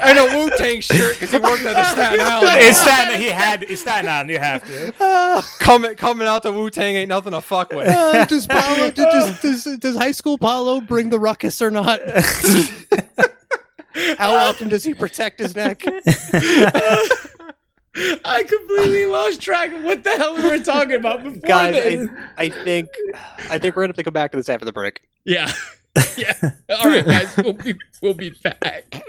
B: and a Wu Tang shirt because he worked at the Staten
E: <laughs> It's
B: Island.
E: Staten. He had. It's Staten Island. You have to.
B: coming coming out the Wu Tang ain't nothing to fuck with.
A: Uh, does, Paolo, does, does, does, does high school Paolo bring the ruckus or <laughs> not? How often does he protect his neck?
C: I completely lost track of what the hell we were talking about before
A: Guys,
C: this.
A: I think I think we're gonna have to come back to this after the break.
C: <laughs> Yeah. yeah. All right, guys. We'll be, we'll be back.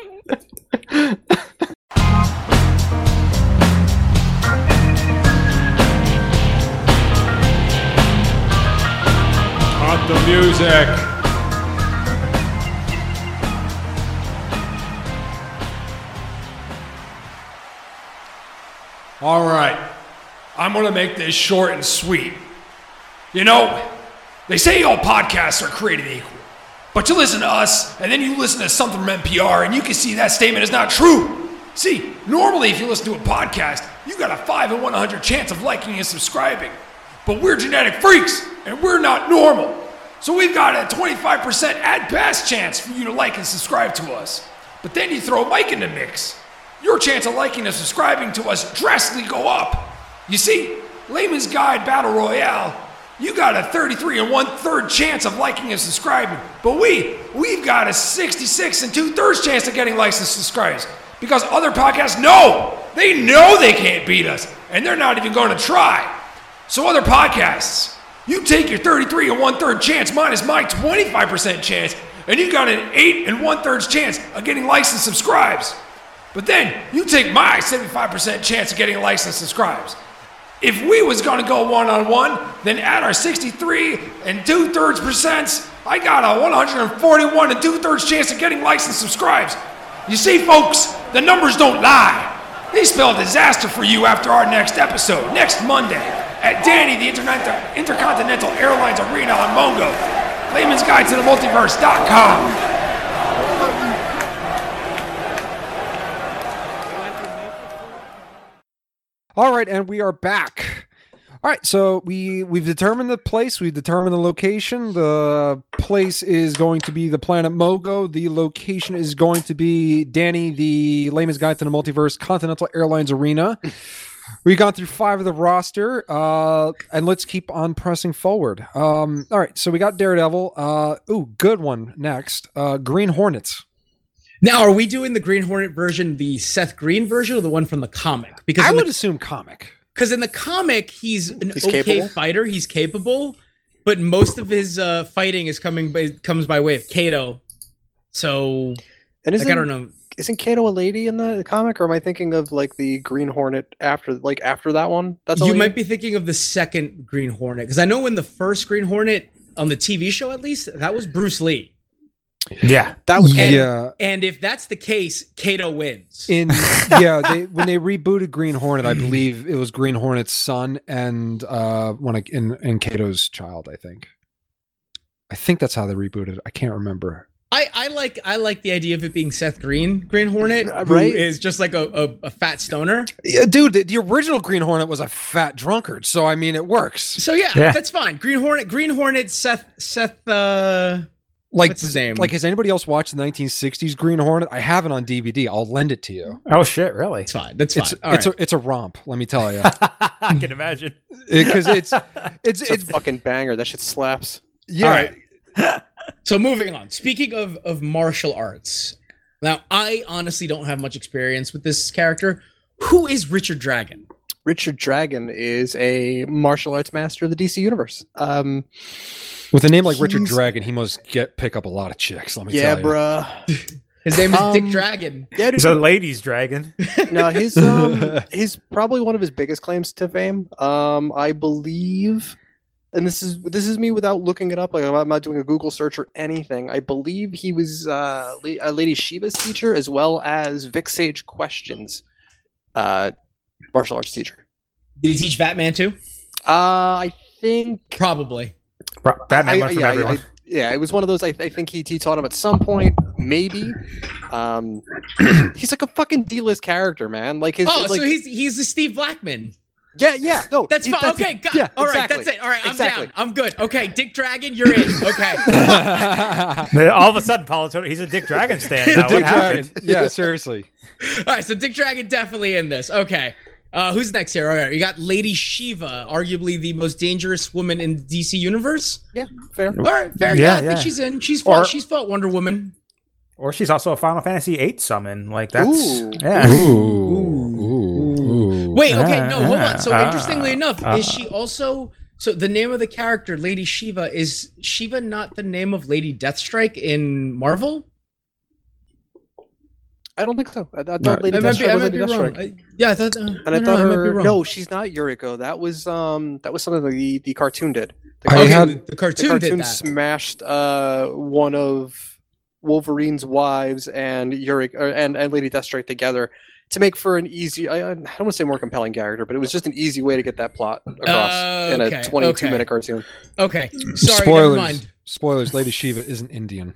F: Cut the music. All right. I'm going to make this short and sweet. You know, they say all podcasts are created equal. But you listen to us, and then you listen to something from NPR, and you can see that statement is not true. See, normally if you listen to a podcast, you got a 5 in 100 chance of liking and subscribing. But we're genetic freaks, and we're not normal. So we've got a 25% at best chance for you to like and subscribe to us. But then you throw Mike in the mix. Your chance of liking and subscribing to us drastically go up. You see, Layman's Guide Battle Royale you got a 33 and one third chance of liking and subscribing, but we we've got a 66 and two thirds chance of getting likes and subscribes because other podcasts know they know they can't beat us, and they're not even going to try. So other podcasts, you take your 33 and one third chance minus my 25 percent chance, and you got an eight and one thirds chance of getting likes and subscribes. But then you take my 75 percent chance of getting likes and subscribes. If we was gonna go one on one, then at our 63 and two thirds percents, I got a 141 and two thirds chance of getting likes and subscribes. You see, folks, the numbers don't lie. They spell disaster for you after our next episode, next Monday, at Danny the Internet- Intercontinental Airlines Arena on Mongo. Layman's Guide to the Multiverse.com.
B: All right, and we are back. All right, so we we've determined the place, we've determined the location. The place is going to be the planet Mogo. The location is going to be Danny, the layman's guide to the multiverse, Continental Airlines Arena. We've gone through five of the roster, uh, and let's keep on pressing forward. Um, all right, so we got Daredevil. Uh, ooh, good one. Next, uh, Green Hornets.
C: Now, are we doing the Green Hornet version, the Seth Green version, or the one from the comic? Because
B: I
C: in
B: would
C: the,
B: assume comic.
C: cause in the comic, he's an
A: He's
C: okay
A: capable.
C: fighter. He's capable, but most of his uh, fighting is coming by, comes by way of Kato. So,
A: And
C: like,
A: isn't
C: I don't know.
A: isn't Kato a lady in the comic, or am I thinking of like the Green Hornet after like after that one? That's all
C: you
A: he-
C: might be thinking of the second Green Hornet because I know in the first Green Hornet on the TV show, at least that was Bruce Lee.
E: Yeah.
A: that was
B: yeah,
C: And if that's the case, Kato wins. <laughs>
B: in yeah they when they rebooted green hornet i believe it was green hornet's son and uh when I, in in kato's child i think i think that's how they rebooted it. i can't remember
C: I, I like I like the idea of it being Seth Green Green Hornet,
A: Right.
C: Who is just like a, a, a fat stoner.
B: yeah dude the, the original green hornet was a fat drunkard so i mean it works
C: So yeah,
E: Yeah.
C: that's fine. Green Hornet, Green Hornet, Seth Seth. Uh,
B: like
C: what's his name?
B: like has anybody else watched the 1960s green hornet i have it on dvd i'll lend it to you
E: Oh shit! Really?
C: it's fine. That's fine.
B: it's
C: All
B: it's
C: right.
B: a it's a romp let me tell you
E: <laughs>
C: <laughs>
E: I can imagine.
B: because it's it's
A: it's a
B: it's
A: fucking banger. That shit slaps.
B: yeah
C: All right. so moving on. Speaking of of martial arts, now I honestly don't have much experience with this character. Who is Richard Dragon?
A: Richard Dragon is a martial arts master of the DC universe. Um,
B: with a name like richard
A: He's-
B: dragon he must get pick up a lot of chicks let me
A: yeah,
B: tell you <laughs>
A: bruh.
C: His name is Dick
A: Um,
C: Dragon.
A: Yeah, dude.
E: He's a ladies' dragon. <laughs>
A: no, his um, he's probably one of his biggest claims to fame. Um, I believe, and this is this is me without looking it up. Like I'm not doing a Google search or anything. I believe he was uh, La- uh, Lady Shiva's teacher as well as Vic Sage Questions, uh, martial arts teacher.
C: Did he teach Batman too?
A: Uh, I think
C: Probably.
E: Bro, Batman
A: I-
E: learned from
A: yeah, I-
E: everyone.
A: I- yeah, it was one of those. I, I think he, he taught him at some point, maybe. Um, <clears throat> he's like a fucking D-list character, man. Like his
C: Oh,
A: like,
C: so he's he's the Steve Blackman.
A: Yeah, yeah. No,
C: That's
A: he-
C: fine. Okay,
A: it.
C: got,
A: yeah,
C: all right.
A: exactly.
C: That's it. All right, I'm
A: exactly.
C: down. I'm good. Okay, Dick Dragon, you're in.
A: <laughs>
C: Okay.
B: <laughs>
C: <laughs>
E: All of a sudden, Palatoto, he's a Dick Dragon stand. now. what
B: Dick
E: happened?
B: Dragon. Yeah, seriously.
C: all right, so Dick Dragon definitely in this. Okay. Uh, who's next here? All right, you got Lady Shiva, arguably the most dangerous woman in the DC universe.
A: Yeah, fair.
C: All right, fair.
E: Yeah,
C: Yeah, I think
E: yeah.
C: she's in. She's fought,
E: Or-
C: she's fought Wonder Woman.
E: Or she's also a Final Fantasy VIII summon. Like that's
A: Ooh.
E: yeah.
C: Wait, okay,
E: Ah,
C: no, hold on. So
E: ah,
C: interestingly enough,
E: ah.
C: is she also so the name of the character, Lady Shiva, is Shiva not the name of Lady Deathstrike in Marvel?
A: I don't think so. I, I thought
G: No,
A: Lady
C: I might be,
A: Deathstroke
C: I
A: was
C: might
A: Lady
C: be wrong.
A: Deathstroke.
C: I- yeah, I thought, uh, no,
A: And I
C: no,
A: thought
C: I might be
A: her.
C: wrong.
A: No, she's not Yuriko. That was um, that was something that the the cartoon did. The
G: I
C: Okay,
A: cartoon,
G: had-
C: the- the
A: the
C: cartoon, did
A: cartoon
C: that.
A: smashed uh one of Wolverine's wives and Yuriko or, and and Lady Deathstroke together to make for an easy. I, I don't want to say more compelling character, but it was just an easy way to get that plot across
C: Oh,
A: in
C: okay,
A: a 22
C: okay.
A: minute cartoon.
C: okay, sorry, never
B: Spoilers.
C: mind.
B: Spoilers. Lady Shiva isn't Indian.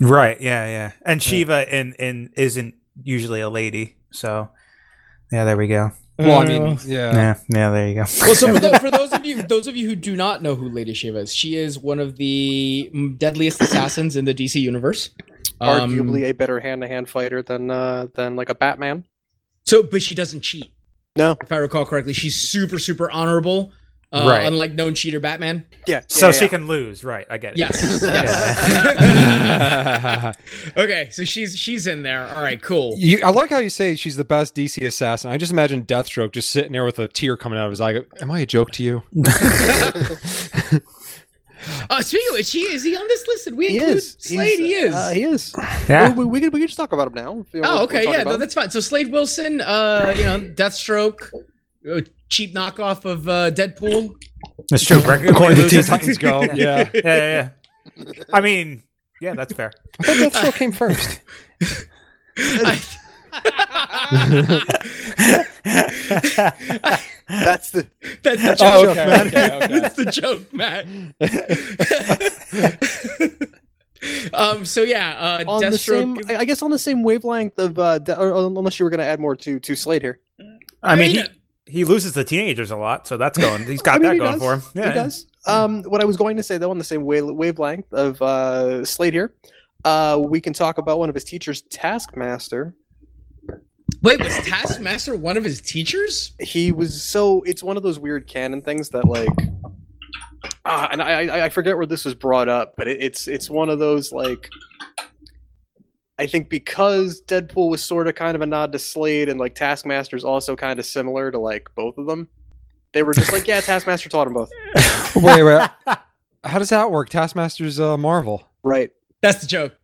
E: Right. Yeah. Yeah. And Shiva in in isn't usually a lady. So yeah, there we go.
C: Uh,
B: Well, I mean, yeah.
E: Yeah. Yeah. There you go.
C: well, <laughs> so for, tho- for those of you, those of you who do not know who Lady Shiva is, she is one of the deadliest assassins in the DC universe. Um,
A: Arguably a better hand to hand fighter than uh than like a Batman.
C: So, but she doesn't cheat.
A: No.
C: if I recall correctly, she's super, super honorable. Uh,
E: Right.
C: Unlike known cheater Batman.
A: Yeah.
E: <laughs> so
A: yeah,
E: she
A: yeah.
E: can lose. Right. I get it.
C: Yes. yes. <laughs> okay, so she's she's in there. All right, cool.
B: <laughs> You, I like how you say she's the best DC assassin. I just imagine Deathstroke just sitting there with a tear coming out of his eye. Am I a joke to you?
C: Uh, speaking of which, he is he on this list? Did we
A: He
C: include
A: is. He's,
C: Slade? He is.
A: Uh, he is.
E: Yeah.
A: We, we, we, can, we can just talk about him now. if you know,
C: oh,
A: we're-
C: okay,
A: we're talking
C: yeah, no,
A: about him.
C: that's fine. So Slade Wilson, uh, you know, Deathstroke, uh, cheap knockoff of uh, <laughs> Deadpool.
E: That's true.
B: According to Teen Titans Go. <laughs> Yeah.
E: Yeah. Yeah. yeah. I mean, yeah, that's fair.
B: I thought Deathstroke came first.
A: that's the
C: <laughs> That's the joke.
B: Oh, okay,
C: Matt.
B: okay, okay.
C: <laughs> That's the joke, Matt. <laughs> um. So yeah, uh,
A: on the same.
C: Deathstroke.
A: I I guess on the same wavelength of uh, de- or, or unless you were going to add more to to Slade here.
E: I mean, he,
C: Yeah.
E: he loses the teenagers a lot, so that's going. He's got
A: I mean,
E: that
A: he
E: going
A: does.
E: for him. Yeah.
A: He does. Um, what I was going to say though, on the same wave- wavelength of uh, Slade here, uh, we can talk about one of his teachers, Taskmaster.
C: Wait, was Taskmaster one of his teachers?
A: He was so it's one of those weird canon things that like, ah, and I I, I forget where this was brought up, but it, it's it's one of those like. I think because Deadpool was sort of kind of a nod to Slade, and like Taskmaster's also kind of similar to like both of them. They were just like, yeah, Taskmaster taught them both.
B: wait, wait. How does that work? Taskmaster's uh, Marvel.
A: Right.
C: That's the joke.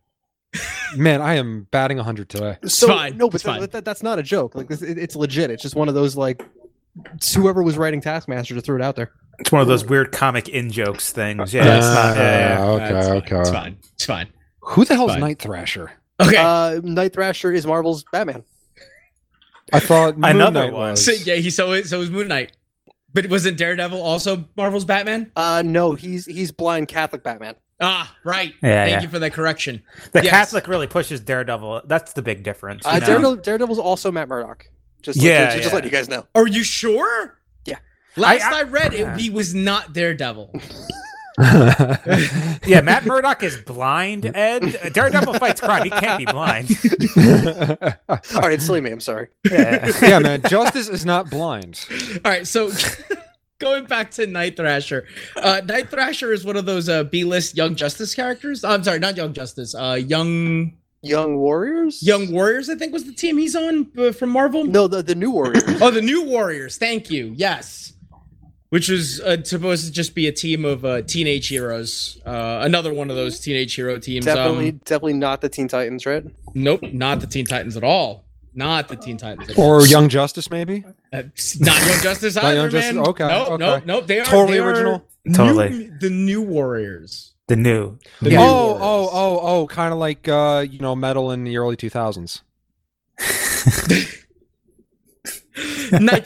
B: Man, I am batting 100 today.
A: so
C: fine.
A: no, but
C: It's
A: that-
C: fine.
A: that- that's not a joke. Like this, it, it's legit. It's just one of those like whoever was writing Taskmaster just threw it out there.
E: It's one of those weird comic in jokes things. Yeah. it's not, yeah,
A: Uh,
E: yeah.
B: Ah,
C: That's
B: okay,
C: fine. It's
B: okay.
C: fine. It's fine.
B: Who the hell is
C: Fine.
B: Night Thrasher?
C: Okay.
A: Uh, Night Thrasher is Marvel's Batman.
B: I thought Moon
E: Another
B: Knight
E: one.
B: was.
C: so yeah, he so it so it was Moon Knight, but wasn't Daredevil also Marvel's Batman?
A: Uh, no, he's he's blind Catholic Batman.
C: Ah, right.
E: Yeah,
C: Thank
E: yeah.
C: you for that correction.
E: The
C: Yes.
E: Catholic really pushes Daredevil. That's the big difference.
A: Uh,
E: you know?
A: Daredevil, Daredevil's also Matt Murdock. Just like-
E: Yeah,
A: just, just
E: yeah.
A: letting you guys know. <laughs>
C: Are you sure?
A: Yeah.
C: Last
E: I-
C: I,
E: I-
C: read,
E: yeah.
C: it, he was not Daredevil.
E: Yeah, Matt Murdock is blind,
C: <laughs>
E: Ed. Daredevil fights crime. He can't be blind.
B: <laughs>
A: All right, silly me. I'm sorry.
E: Yeah.
B: yeah, man. Justice is not blind.
C: All right, so going back to Night Thrasher, uh, Night Thrasher is one of those uh, B-list Young Justice characters. I'm sorry, not Young Justice. Uh, Young
A: Young Warriors.
C: Young Warriors, I think, was the team he's on uh, from Marvel.
A: No, the the New Warriors.
C: Oh, the New Warriors. Thank you. Yes, which was uh, supposed to just be a team of uh, teenage heroes. Uh, another one of those teenage hero teams.
A: definitely,
C: Um,
A: definitely not the Teen Titans, right?
C: nope, not the Teen Titans at all. Not the Teen Titans. At all.
B: Or Young Justice, maybe?
C: Uh, it's not Young Justice
B: Not
C: either,
B: Young
C: man.
B: Justice? Okay,
C: Nope,
B: okay.
C: nope, nope. They are
B: Totally
C: they are
B: original?
C: new-
E: Totally.
C: the new Warriors.
E: The new.
C: The
E: Yeah.
C: new
B: Oh, oh,
C: Warriors.
B: oh, oh, kind of like uh, you know, metal in the early 2000s. oh.
C: <laughs> Night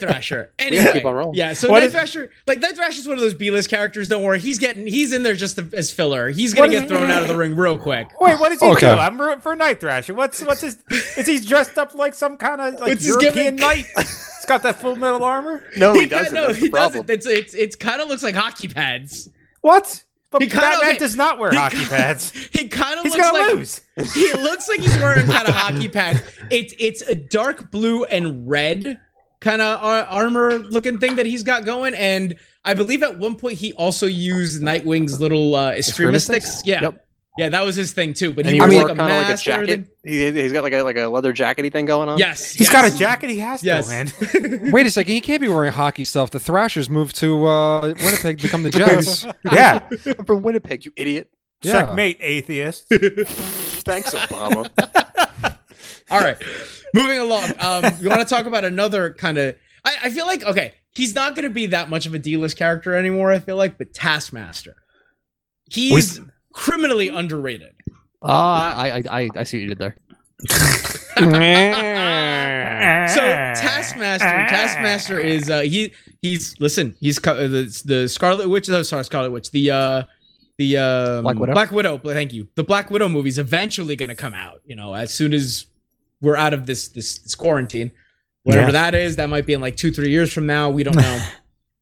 A: <laughs>
C: Thrasher. Anyway,
A: keep on rolling.
C: yeah. So
E: What
C: Night
E: is-
C: Thrasher, like Night Thrasher's one of those B-list characters. Don't worry, he's getting he's in there just to- as filler. He's gonna
E: What is-
C: get thrown out of the ring real quick.
E: Wait, what does he
B: Okay.
E: do? I'm rooting for Night Thrasher. What's what's his? Is he dressed up like some kind of like
C: What's his
E: European
C: gimmick?
E: knight? It's got that full metal
C: <laughs>
E: armor?
A: No, he
C: Yeah,
A: doesn't.
C: No,
A: That's
C: he
A: the problem.
C: doesn't. It's it's it's kind of looks like hockey pads.
E: What? But
C: He kinda-
E: Batman
C: okay.
E: does not wear
C: He
E: hockey
C: kinda- <laughs>
E: pads.
C: He kind of
E: He's
C: looks
E: gonna
C: like
E: lose.
C: he looks like he's wearing kind
A: <laughs>
C: of hockey pads. It's it's a dark blue and red kind of ar- armor looking thing that he's got going, and I believe at one point he also used Nightwing's little uh, Extrema
A: Extremis
C: sticks. Yeah,
A: Yep.
C: yeah, that was his thing too. But
A: And
C: he
A: he
B: I
C: was
B: mean-
A: wore
C: like
A: kind
C: a
A: of like a
C: mask. and
A: jacket.
C: everything.
A: He, he's got like a like a leather jackety thing going on.
C: Yes,
E: He's
C: yes.
E: got a jacket he has
C: Yes.
E: to
C: <laughs>
E: win.
B: Wait a second, he can't be wearing hockey stuff. The Thrashers moved to uh, Winnipeg, to become the
E: <laughs>
B: Jets.
E: Yeah.
A: I'm <laughs> from Winnipeg, you idiot.
B: Yeah.
E: Checkmate,
C: <laughs>
E: atheist.
A: Thanks, Obama.
C: All right, moving along. Um, you want to talk about another kind of? I, I feel like okay, he's not going to be that much of a D-list character anymore. I feel like, but Taskmaster, he's criminally underrated.
G: <laughs> Ah, I, I, I, I see what you did there.
C: So Taskmaster, Taskmaster is uh, he he's listen he's co- uh, the the Scarlet Witch. Oh, sorry, Scarlet Witch. The uh, the um,
G: Black Widow?
C: Black Widow. Thank you. The Black Widow movie's eventually going to come out. You know, as soon as we're out of this this, this quarantine, whatever
E: Yeah.
C: that is, that might be in like two three years from now. We don't
G: <laughs>
C: know.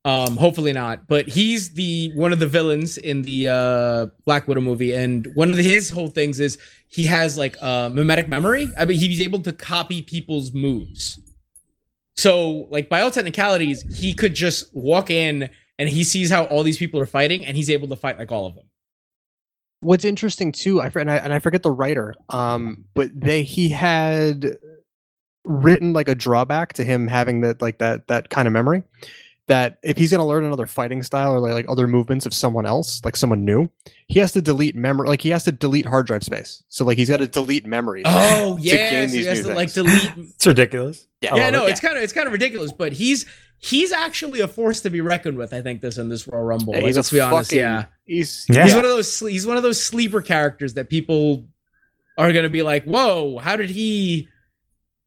C: um, hopefully not. But he's the one of the villains in the uh, Black Widow movie, and one of his whole things is he has like uh, mimetic memory. I mean, he's able to copy people's moves. So, like by all technicalities, he could just walk in and he sees how all these people are fighting, and he's able to fight like all of them.
A: What's interesting too, I for- and I, and I forget the writer, um, but they he had written like a drawback to him having that like that that kind of memory. That if he's going to learn another fighting style or like, like other movements of someone else, like someone new, he has to delete memory. Like he has to delete hard drive space. So like he's got to delete memories. <laughs>
C: Oh yeah,
A: gain
C: so he
A: these
C: has
A: new
C: to like
A: things. Oh,
C: delete.
A: <laughs>
E: It's ridiculous.
C: Yeah, no, it's kind of it's kind of ridiculous, but he's he's actually a force to be reckoned with. I think this in this Royal Rumble.
A: Yeah,
C: like, let's be honest. Yeah,
A: He's
E: Yeah.
C: he's one of those sle- he's one of those sleeper characters that people are gonna be like, whoa, how did he?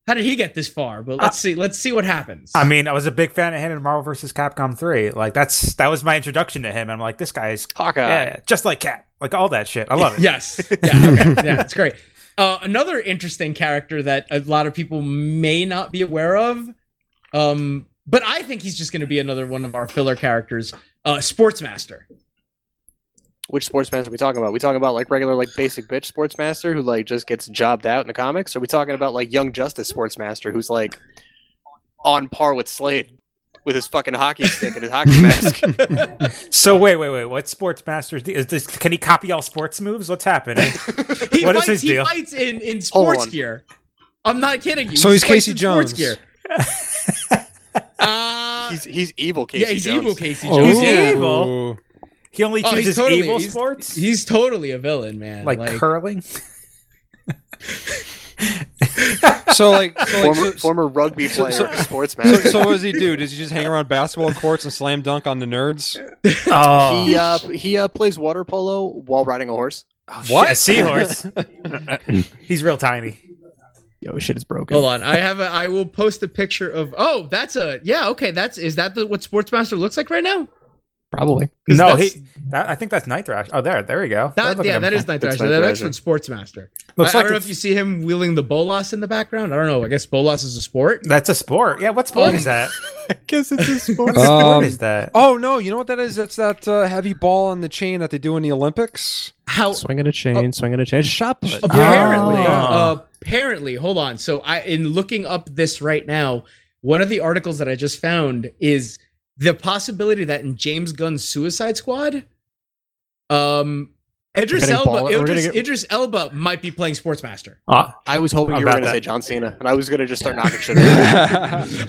C: How did he get this far? But let's see. Let's see what happens.
E: Uh, I mean, I was a big fan of him in Marvel vs. Capcom 3. Like that's that was my introduction to him. I'm like, this guy's
A: Hawkeye.
E: yeah, just like Cap. Like all that shit. I love it.
C: Yes. Yeah. okay. yeah. It's great. Uh, another interesting character that a lot of people may not be aware of, um, but I think he's just going to be another one of our filler characters. Uh, Sportsmaster.
A: Which sportsmaster are we talking about? We talking about like regular like basic bitch sportsmaster who like just gets jobbed out in the comics? Or are we talking about like young justice sportsmaster who's like on par with Slade with his fucking <laughs> hockey stick and his hockey mask?
E: So wait, wait, wait. What sports masters is this can he copy all sports moves? What's happening?
C: He
E: What is
C: fights,
E: his
C: he
E: deal?
C: fights in, in
A: Hold
C: sports
A: on.
C: gear. I'm not kidding you.
B: So
C: He
B: he's
C: fights
B: Casey
C: in sports
B: Jones.
C: uh,
A: He's he's evil Casey.
C: yeah, he's
A: Jones.
C: evil Casey
B: Oh.
C: Jones.
E: He's
C: Yeah.
E: evil. He only
C: Oh, he's
E: chooses
C: totally-
E: evil
C: he's-
E: sports?
C: He's totally a villain, man.
E: like, curling?
B: So like, so, like
A: Former,
B: so,
A: former rugby
B: so-
A: player
B: so- so,
A: sportsmaster.
B: so what does he do? Does he just hang around basketball courts and slam dunk on the nerds?
E: <laughs> Oh,
A: he uh he uh plays water polo while riding a horse.
E: what? A
C: <laughs>
E: seahorse. he's real tiny.
A: Yo, shit is broken.
C: Hold on, I have a. I will post a picture of. Oh, that's a. Yeah, okay. That's is that the what Sportsmaster looks like right now?
G: Probably.
C: 'Cause
E: No,
C: that's-
E: he. That, I think that's Night Thrash. Oh, there, there we go.
C: That,
E: Look at
C: yeah,
E: him.
C: that is Night
A: That's
C: Thrasher.
A: Night
C: That extra
A: Thrasher.
C: Sportsmaster.
E: Looks
C: I,
E: like
C: I don't know
E: it's-
C: if you see him wielding the bolas in the background. I don't know. I guess bolas is a sport.
E: That's a sport. Yeah, what sport
C: Oh.
E: is that? I guess it's a sport.
B: Um,
E: what is that?
B: <laughs> Oh no, you know what that is? That's that uh, heavy ball on the chain that they do in the Olympics. Oh.
C: How
G: Swinging a chain, swinging a chain. Shot put.
C: apparently,
E: Oh.
C: apparently, hold on. So I in looking up this right now, one of the articles that I just found is the possibility that in James Gunn's Suicide Squad, um Idris
A: We're getting
C: Elba,
A: ball- we're gonna
C: Idris,
A: get-
C: Idris Elba might be playing Sportsmaster.
A: I was hoping you were
E: About
A: gonna
E: that.
A: say John Cena, and I was gonna just start knocking shit. over. <laughs>
B: <laughs>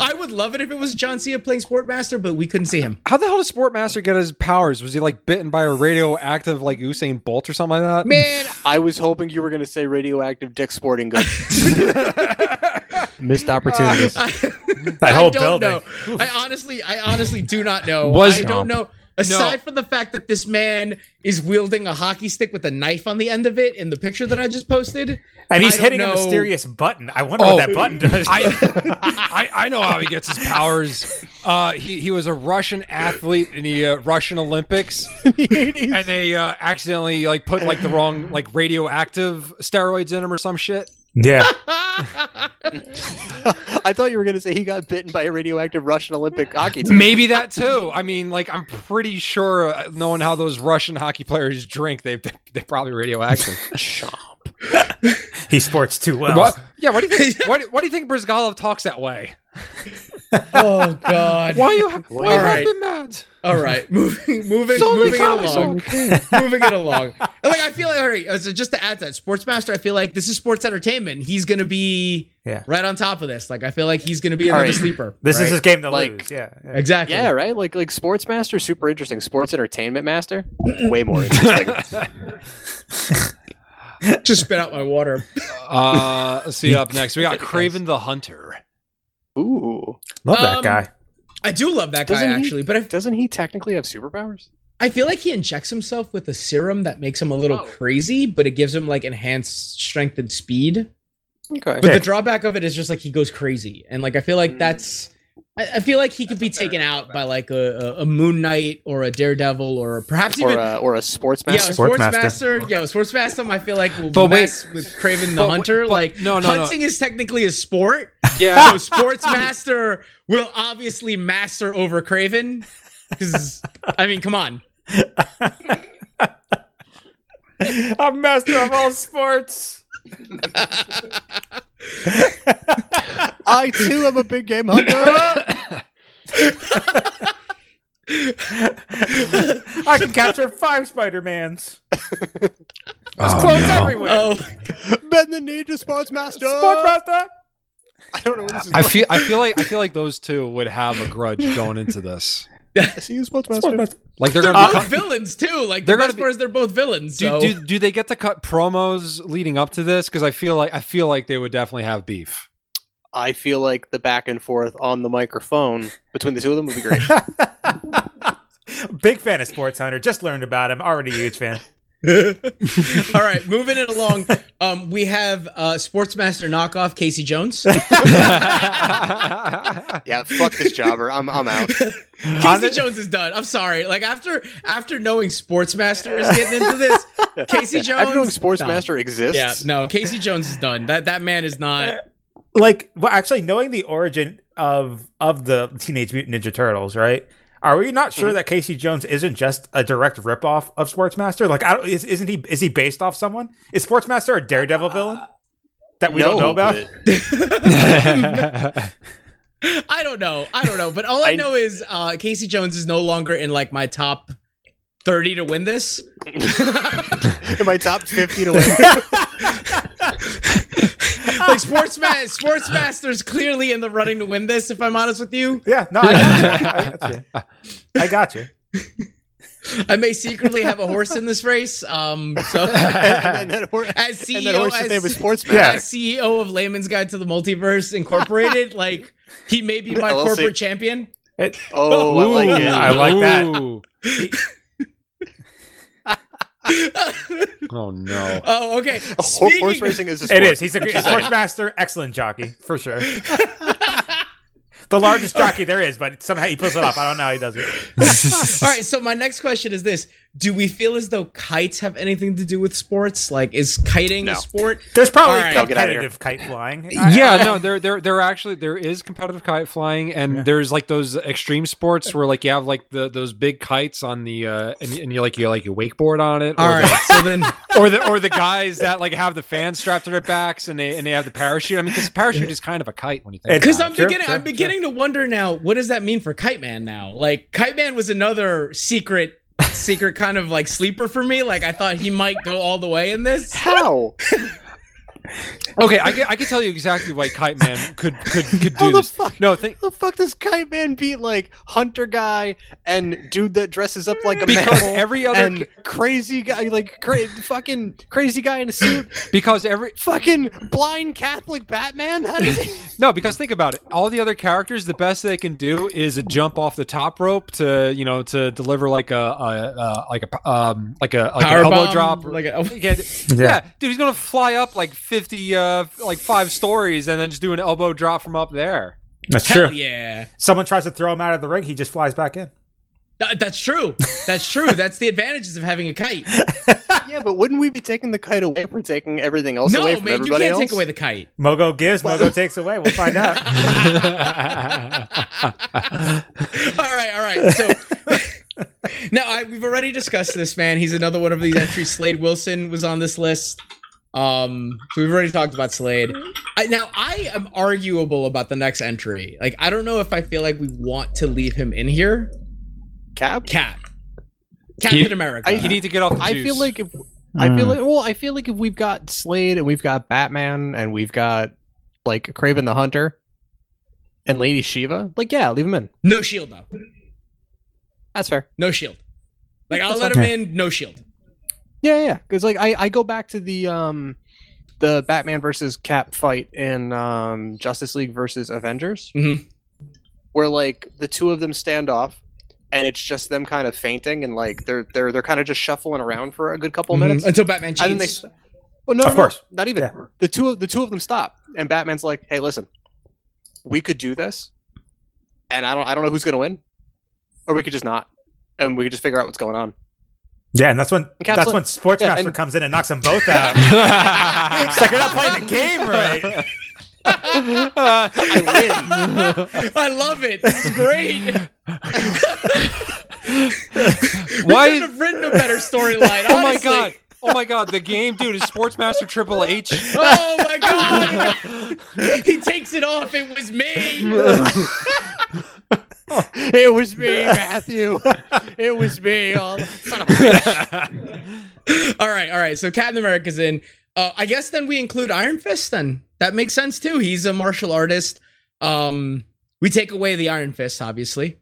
C: I would love it if it was John Cena playing Sportmaster, but we couldn't see him.
B: How the hell did Sportmaster get his powers? Was he like bitten by a radioactive like Usain Bolt or something like that?
C: Man,
A: I was hoping you were gonna say radioactive dick sporting <laughs> goods.
G: Missed opportunities.
C: <laughs> I,
E: That whole
C: I don't
E: building.
C: know. I honestly, I honestly do not know.
B: Was-
C: I don't know. Aside from the fact that this man is wielding a hockey stick with a knife on the end of it in the picture that I just posted,
E: And
C: I
E: he's
C: don't
E: hitting
C: know.
E: a mysterious button. I wonder
B: Oh.
E: what that button does.
B: I, I, I know how he gets his powers. Uh, he, he was a Russian athlete in the uh, Russian Olympics, and they uh, accidentally like put like the wrong like radioactive steroids in him or some shit.
E: <laughs> Yeah.
A: <laughs> I thought you were going to say he got bitten by a radioactive Russian Olympic hockey team.
B: Maybe that too. I mean, like I'm pretty sure, uh, knowing how those Russian hockey players drink, they they probably radioactive.
E: He sports too well.
B: What? Yeah. Why do you <laughs> think? Why, do- why do you think Brizgalov talks that way?
C: <laughs> oh God!
B: Why you? ha- Why
C: All
B: you
C: right.
B: have been mad?
C: All right, moving, moving,
B: It's only
C: moving it
B: comics,
C: along. moving it along. And, like I feel like, all right, uh, so just to add to that, Sportsmaster, I feel like this is sports entertainment. and He's gonna be
E: Yeah.
C: right on top of this. Like I feel like he's gonna be
A: All
C: another
A: right.
C: sleeper.
E: This
C: right?
E: is his game to
A: Like-
E: lose. Yeah. yeah.
A: <laughs>
C: exactly.
A: Yeah, right. Like like sports master, super interesting. Sports entertainment master, <clears throat> way more interesting.
C: <laughs> Just spit out my water.
B: Uh, let's see up next. We got Craven the Hunter.
A: <laughs> Ooh,
E: Love
C: Um,
E: that guy.
C: I do love that guy
A: Doesn't he-
C: actually, but I,
A: doesn't he technically have superpowers?
C: I feel like he injects himself with a serum that makes him a little
A: Oh.
C: crazy, but it gives him like enhanced strength and speed.
A: Okay. <laughs>
C: But
E: Yeah.
C: the drawback of it is just like he goes crazy, and like I feel like
A: Mm.
C: that's, I, I feel like he could be taken out by like a, a, a Moon Knight or a Daredevil or perhaps
A: Or
C: even
A: a uh, or a sports
C: yeah,
A: master.
E: Sports
C: Sports Master,
E: Master.
C: yeah, Sports Master. I feel like will
B: But wait-
C: mess with Craven the
B: but wait-
C: Hunter.
B: but-
C: like
B: no, no, no.
C: hunting is technically
B: <laughs>
C: a sport.
B: Yeah.
C: So Sports Master will obviously master over Craven. 'cause, I mean, come on.
E: I'm master of all sports.
A: I too am a big game hunter.
E: I can capture five Spider-Mans.
B: Oh,
E: Clothes
B: no.
E: everywhere.
C: Oh,
A: <laughs> Bend the knee to sports master.
E: Sports master.
A: I <laughs> don't know where this is.
B: I
A: going.
B: feel. I feel like. I feel like those two would have a grudge going into this.
A: See you, sports master.
E: Sports master.
B: Like they're
C: they're
B: gonna.
C: both
B: Be <laughs> cut-
C: villains too. Like
B: They're
C: the
B: gonna
C: best
B: be-
C: part is they're both villains.
B: do,
C: so- <laughs>
B: do do they get to cut promos leading up to this? Because I feel like I feel like they would definitely have beef. <laughs>
A: I feel like the back and forth on the microphone between the two of them would <laughs> be great.
E: Big fan of Sports Hunter. Just learned about him. Already a huge fan.
C: All right, moving it
B: <laughs>
C: along. Um, we have uh, Sportsmaster knockoff
B: <laughs>
C: Casey Jones.
A: yeah, fuck this jobber. I'm I'm <laughs> out.
C: Casey Jones is done. I'm sorry. Like after after knowing Sportsmaster is getting into
B: <laughs>
C: this, Casey
A: I've known
C: Jones.
A: sports
C: no.
A: master exists.
C: Yeah, no, Casey Jones is done. That that man is not.
E: like well actually knowing the origin of of the teenage mutant ninja turtles right are we not sure that casey jones isn't just a direct ripoff of sportsmaster like I don't, is, isn't he is he based off someone is sportsmaster a daredevil villain that we don't
A: <laughs>
E: know about
A: but-
C: I don't know. I don't know. But all I,
A: I-
C: know is uh, Casey Jones is no longer in like my top thirty to win this. <laughs>
A: in my top 50 to win.
E: <laughs>
C: like Sportsma- Sportsmaster's clearly in the running to win this. If I'm honest with you,
E: yeah no i got you i got you
C: I may secretly have a horse in this race. Um,
A: <laughs> <laughs>
C: so
A: and, then that hor-
C: as
A: and
C: CEO,
A: that horse's name is
C: <laughs> as,
A: sports
E: Yeah.
A: master.
C: as CEO of Layman's Guide to the Multiverse Incorporated, like he may be my
A: LLC.
C: corporate champion.
A: Oh, I like it.
E: I like that.
B: <laughs> Ooh. Oh no.
C: oh, okay.
A: Hor-
C: Speaking,
A: horse racing is a sport.
E: it is he's a great sportsmaster excellent jockey for sure the largest jockey there is but somehow he pulls it off i don't know how he does it
C: <laughs> All right. So my next question is this: Do we feel as though kites have anything to do with sports? Like, is kiting a
A: No.
C: sport?
E: there's probably
C: All right.
A: Get out of here.
E: competitive kite flying
B: yeah, no, there, there, there actually there is competitive kite flying, and
E: Yeah.
B: there's like those extreme sports where like you have like the those big kites on the uh, and, and you like you like you wakeboard on it, or,
C: All right. So <laughs> then,
B: the, or the or the guys that like have the fans strapped to their backs and they and they have the parachute. I mean, because parachute is kind of a kite when you think.
C: because
B: about
C: I'm
E: Sure,
C: beginning,
E: sure,
C: I'm beginning to wonder now. What does that mean for Kite Man now? Like, Kite Man was another secret. Secret kind of like sleeper for me. Like I thought he might go all the way in this.
A: How?
B: it. okay, I can, I can tell you exactly why Kite Man could could could
A: How
B: do
A: the
B: this.
A: fuck?
B: No, think
A: The fuck does Kite Man beat like hunter guy and dude that dresses up like a
B: because
A: mammal
B: every other
A: and crazy guy like cra- fucking crazy guy in a suit,
B: because every
A: fucking blind Catholic Batman? How does
C: <laughs>
A: he-
B: No, because think about it. All the other characters, the best they can do is a jump off the top rope to you know to deliver like a, a, a like a p- um like a like an elbow
C: Powerbomb,
B: drop.
C: like a-
B: <laughs> yeah, d- yeah, dude, he's gonna fly up like fifty uh like five stories and then just do an elbow drop from up there.
E: that's
C: Hell yeah.
E: Someone tries to throw him out of the ring, he just flies back in.
C: Th- that's true. That's true. that's the advantages of having a kite.
A: Yeah, but wouldn't we be taking the kite away if we're taking everything else away
C: no,
A: from
C: man, you
A: everybody
C: can't
A: else?
C: take away the kite.
E: Mogo gives, Mogo takes away. We'll find out.
C: all right, all right. So <laughs> now I, we've already discussed this man. He's another one of these entries. Slade Wilson was on this list. Um, so we've already talked about Slade. I, now I am arguable about the next entry. Like I don't know if I feel like we want to leave him in here.
A: Cap.
C: Cap, Captain
B: He-
C: America.
A: I-
B: You need to get off. The
A: I
B: juice.
A: feel
B: <laughs>
A: like if I feel like well, I feel like if we've got Slade and we've got Batman and we've got like Craven the Hunter and Lady Shiva, like yeah, leave him in.
C: no shield though.
A: That's fair.
C: No shield. Like I'll let him in. No shield.
A: Yeah, yeah. Because like I, I go back to the um the Batman versus Cap fight in um Justice League versus Avengers,
C: Mhm.
A: where like the two of them stand off, and it's just them kind of fainting and like they're they're they're kind of just shuffling around for a good couple
C: Mhm.
A: minutes.
C: until Batman
A: And then they,
C: cheats.
A: s- well, no,
E: Of
A: no,
E: course.
A: no, not even
E: Yeah.
A: the two of the two of them stop, and Batman's like, "Hey, listen, we could do this, and I don't I don't know who's gonna win, or we could just not, and we could just figure out what's going
C: <laughs>
A: on."
E: Yeah, and that's when
A: Cap
E: that's
A: Slade.
E: when Sports
A: Yeah,
E: Master
A: and-
E: comes in and knocks them both out. it's like you're not playing the game right.
C: <laughs> I love it. This is great. I
B: Why?
C: could have written a better storyline.
B: <laughs> Oh my
C: honestly.
B: god! Oh my god! The game, dude, is Sportsmaster Triple H.
C: Oh my god! <laughs> he takes it off. It was me.
A: <laughs> It was me,
C: <laughs>
A: Matthew. it was me. All <laughs>
C: all right, all right. So Captain America's in. Uh, I guess then we include Iron Fist. Then that makes sense too. He's a martial artist. Um, we take away the Iron Fist, obviously.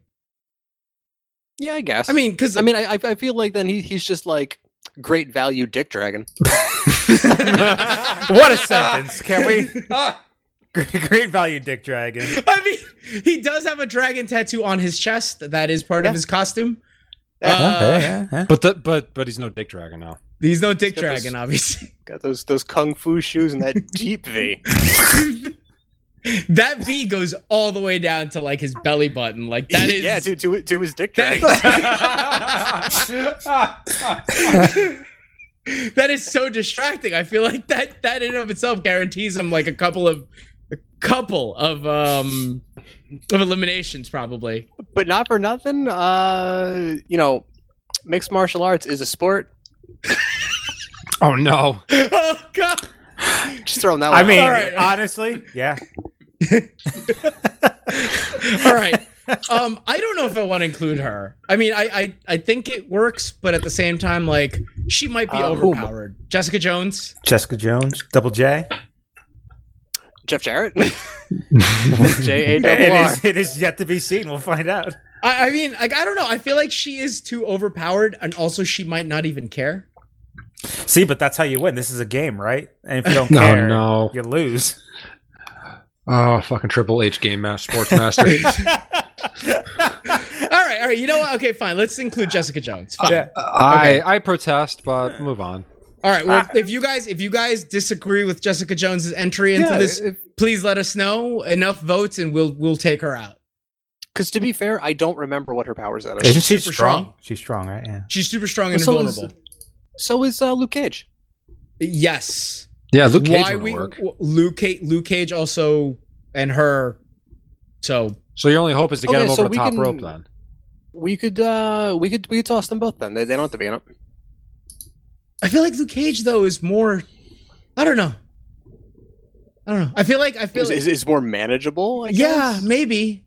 A: yeah, I guess.
C: I mean, because <laughs>
A: I mean, I I I feel like then he, he's just like great value, Dick Dragon.
E: what a sentence! Can we? <laughs> Great, great value, Dick Dragon.
C: I mean, he does have a dragon tattoo on his chest. That is part
A: Yeah.
C: of his costume.
A: Yeah.
C: Uh,
B: But the, but but he's no Dick Dragon now.
C: He's no Dick
A: Except his-
C: Dragon, obviously. <laughs>
A: Got those those kung fu shoes and that deep V.
C: that V goes all the way down to like his belly button. Like that is
A: <laughs> yeah, dude, to, to his Dick Dragon.
C: that <laughs> that is so distracting. I feel like that that in and of itself guarantees him like a couple of a couple of um of
A: <laughs>
C: eliminations probably.
A: but not for nothing. Uh, you know, mixed martial arts is a sport.
B: Oh no!
C: oh god.
A: Just throwing that. one
E: I
A: out
E: mean,
A: there.
C: right.
E: honestly, yeah.
C: All right. Um I don't know if I want to include her. I mean, I I I think it works, but at the same time like she might be
A: Uh, who?
C: overpowered. Jessica Jones?
E: Jessica Jones, Double J.
A: Jeff <laughs> Jarrett, J A double
E: It
A: R.
E: is, it is yet to be seen. We'll find out.
C: I, I mean, like I don't know. I feel like she is too overpowered, and also she might not even care. <laughs>
E: See, but that's how you win. This is a game, right? And if you don't
B: No,
E: care,
B: no.
E: you lose.
B: Oh, fucking Triple H game master,
A: <laughs>
B: Sportsmaster.
C: All right, all right. You know what? Okay, fine. Let's include Jessica Jones. Fine.
E: Yeah.
B: I I protest, but move on.
C: All right. Well, if you guys if you guys disagree with Jessica Jones's entry into
B: Yeah,
C: this,
B: if-
C: please let us know. Enough votes, and we'll we'll take her out.
A: Because to be fair, I don't remember what her powers are.
E: Isn't she
C: super
E: strong?
C: strong.
E: She's strong, right? Yeah.
C: She's super strong and
A: So is-
C: invulnerable.
A: So is uh, Luke Cage.
C: Yes.
B: Yeah, Luke Cage
C: Why
B: would
C: we
B: work.
C: w- Luke Cage, Luke Cage also and her. So
B: So your only hope is to get
A: Okay,
B: him
A: so
B: over the
A: we
B: top
A: can- <laughs>
B: rope then.
A: We could uh, we could we could toss them both. Then they, they don't have to be in it.
C: I feel like Luke Cage though is more. I don't know. I don't know. I feel like I feel
A: Is,
C: like,
A: is, is more manageable. I
C: yeah,
A: guess,
C: maybe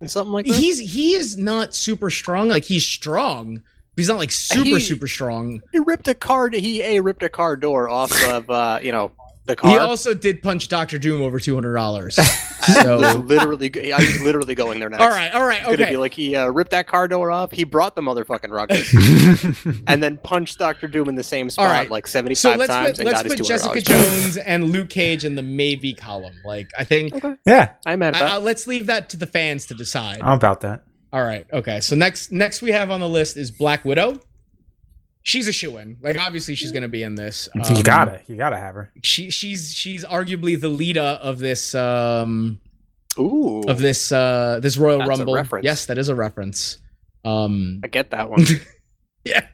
A: and something like that.
C: he's he is not super strong. Like he's strong, but he's not like super
A: He-
C: super strong.
A: He ripped a car. He a ripped a car door off of uh, you know the car.
C: He also did punch Doctor Doom over two
A: <laughs>
C: hundred dollars.
A: I was
C: so
A: literally, go- I was literally going there next.
C: all right, all right,
A: It's gonna be
C: okay.
A: like he uh, ripped that car door off. He brought the motherfucking ruckus, and then punched Doctor Doom in the same spot
C: right.
A: like seventy-five
C: So let's
A: times
C: put,
A: and
C: let's
A: got his
C: put
A: two
C: Jessica Jones and Luke Cage in the maybe column. Like I think
E: Yeah.
A: I'm mad
C: I,
A: at that.
C: I- let's leave that to the fans to decide.
E: I'm about that.
C: All right. Okay. So next next we have on the list is Black Widow. She's a shoe in. Like obviously she's gonna be in this.
E: you
C: Um,
E: gotta. You gotta have her.
C: She she's she's arguably the leader of this um
A: Ooh,
C: of this uh this Royal
A: That's a
C: Rumble.
A: reference.
C: Yes, that is a reference. Um,
A: I get that one.
C: yeah.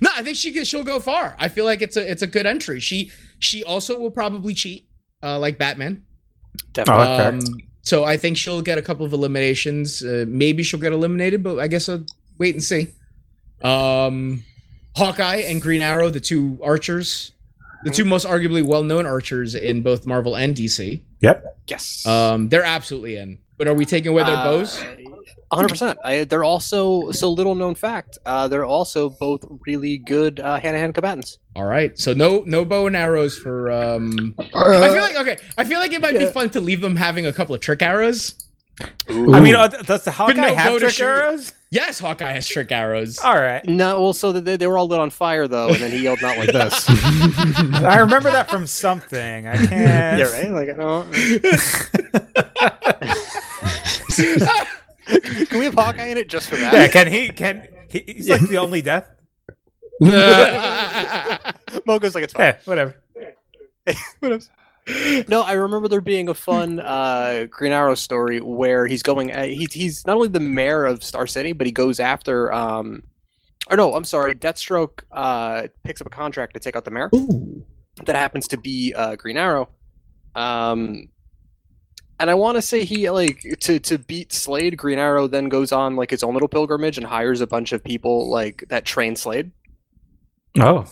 C: no, I think she can, she'll go far. I feel like it's a it's a good entry. She she also will probably cheat, uh, like Batman.
A: Definitely.
E: Oh, okay.
C: Um, so I think she'll get a couple of eliminations. Uh, maybe she'll get eliminated, but I guess I'll wait and see. Um, Hawkeye and Green Arrow, the two archers, the two most arguably well-known archers in both Marvel and DC.
A: yes.
C: Um, they're absolutely in. But are we taking away their bows?
A: Uh, Hundred percent. They're also so little known fact. Uh, they're also both really good uh, hand-to-hand combatants.
C: All right. So no no bow and arrows for um I feel like okay. I feel like it might be fun to leave them having a couple of trick arrows.
E: I mean, uh, does the Hawkeye
C: But no, go
E: have
C: to
E: trick
C: shoot.
E: arrows?
C: Yes, Hawkeye has trick arrows.
E: All right,
C: <laughs>
A: No, well, so they, they were all lit on fire though, and then he yelled not like this.
E: I remember that from something.
C: <laughs>
E: I can't.
A: yeah, right. Like, no. <laughs> Can we have Hawkeye in it just for that?
E: Yeah, can he? Can he, he's like the only death?
A: <laughs> Mogo's like it's fine.
E: Yeah, whatever.
A: No, I remember there being a fun uh, Green Arrow story where he's going. Uh, he's he's not only the mayor of Star City, but he goes after. Um, or no, I'm sorry. Deathstroke uh, picks up a contract to take out the mayor. That happens to be uh, Green Arrow. Um, and I want to say he like to to beat Slade. Green Arrow then goes on like his own little pilgrimage and hires a bunch of people like that train Slade.
E: Oh,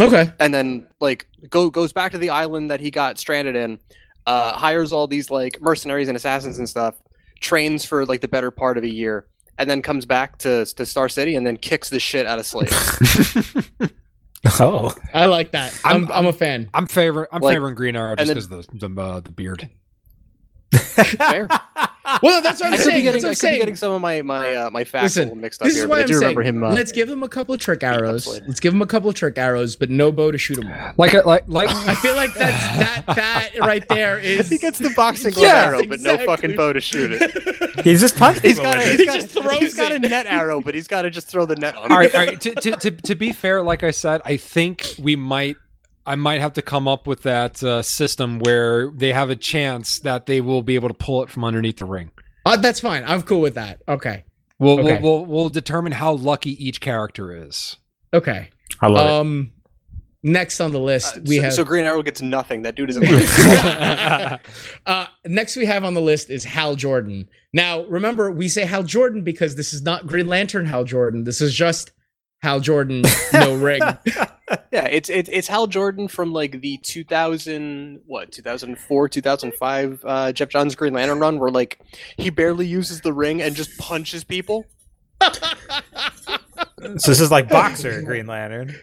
C: Okay.
A: and then like go goes back to the island that he got stranded in uh hires all these like mercenaries and assassins and stuff trains for like the better part of a year and then comes back to to star city and then kicks the shit out of
C: <laughs>
A: slade
E: oh,
C: I like that. I'm I'm, a fan.
B: I'm favor. I'm
A: Like-
B: favoring Green Arrow
A: and
B: just because the the, uh, the beard.
A: fair
C: Well, that's what
A: Ah, i could
C: I'm
A: be
C: saying.
A: getting,
C: that's
A: I
C: what
A: could be
C: I'm saying.
A: getting some of my my uh, my facts a
C: Listen,
A: little mixed up
C: This
A: here
C: is
A: but
C: why
A: i
C: I'm
A: do
C: saying
A: remember him uh, <laughs>
C: let's give them a couple of trick arrows.
A: later.
C: Let's give them a couple of trick arrows, but no bow to shoot them. With.
B: <laughs> Like a- like like
C: I feel like
A: <laughs>
C: that's that that right there is.
A: he gets the
C: <laughs>
A: boxing glove
C: Yes,
A: arrow but no fucking
C: exactly.
A: bow to shoot
C: <laughs>
A: it
E: he's just punching.
A: he's
E: He's
A: got, a,
C: He
A: he's got,
C: just throws
A: he's got a
C: it.
A: net arrow but he's got to just throw the
C: <laughs>
A: net on
B: <laughs> all right,
A: it.
B: all right. To, to, to, to be fair, like I said, I think we might, I might have to come up with that uh, system where they have a chance that they will be able to pull it from underneath the ring.
C: Uh, that's fine. I'm cool with that. Okay.
B: We'll,
C: Okay.
B: we'll, we'll, we'll determine how lucky each character is.
C: Okay.
E: I
C: Um, next on the list
A: Uh,
C: we
A: so,
C: have. <laughs>
A: so green arrow gets nothing that dude isn't
C: uh, next we have on the list is Hal Jordan. Now, remember, we say Hal Jordan because this is not Green Lantern Hal Jordan. This is just
A: <laughs>
C: Hal Jordan, no ring.
A: Yeah, it's it's it's Hal Jordan from like the 2000 what 2004 2005 uh, Jeff Johns Green Lantern run where like he barely uses the ring and just punches people.
E: So this is like boxer Green Lantern.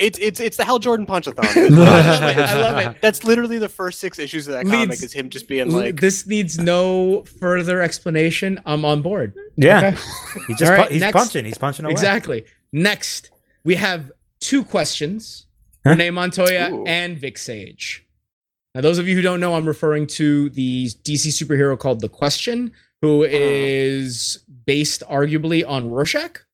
A: It's it's it's the Hal Jordan
E: <laughs>
A: punchathon.
C: <laughs> I love
A: <laughs>
C: it.
A: That's literally the first six issues of that comic
C: Leads-
A: is him just being like
C: this needs no further explanation. I'm on board.
E: Yeah, he just
C: All right,
E: pu- he's
C: next.
E: punching. He's punching away.
C: Exactly. Next, we have two questions.
E: Huh?
C: Renee Montoya
A: Ooh.
C: and Vic Sage. Now, those of you who don't know, I'm referring to the DC superhero called The Question,
A: Uh-huh.
C: who is based arguably on Rorschach.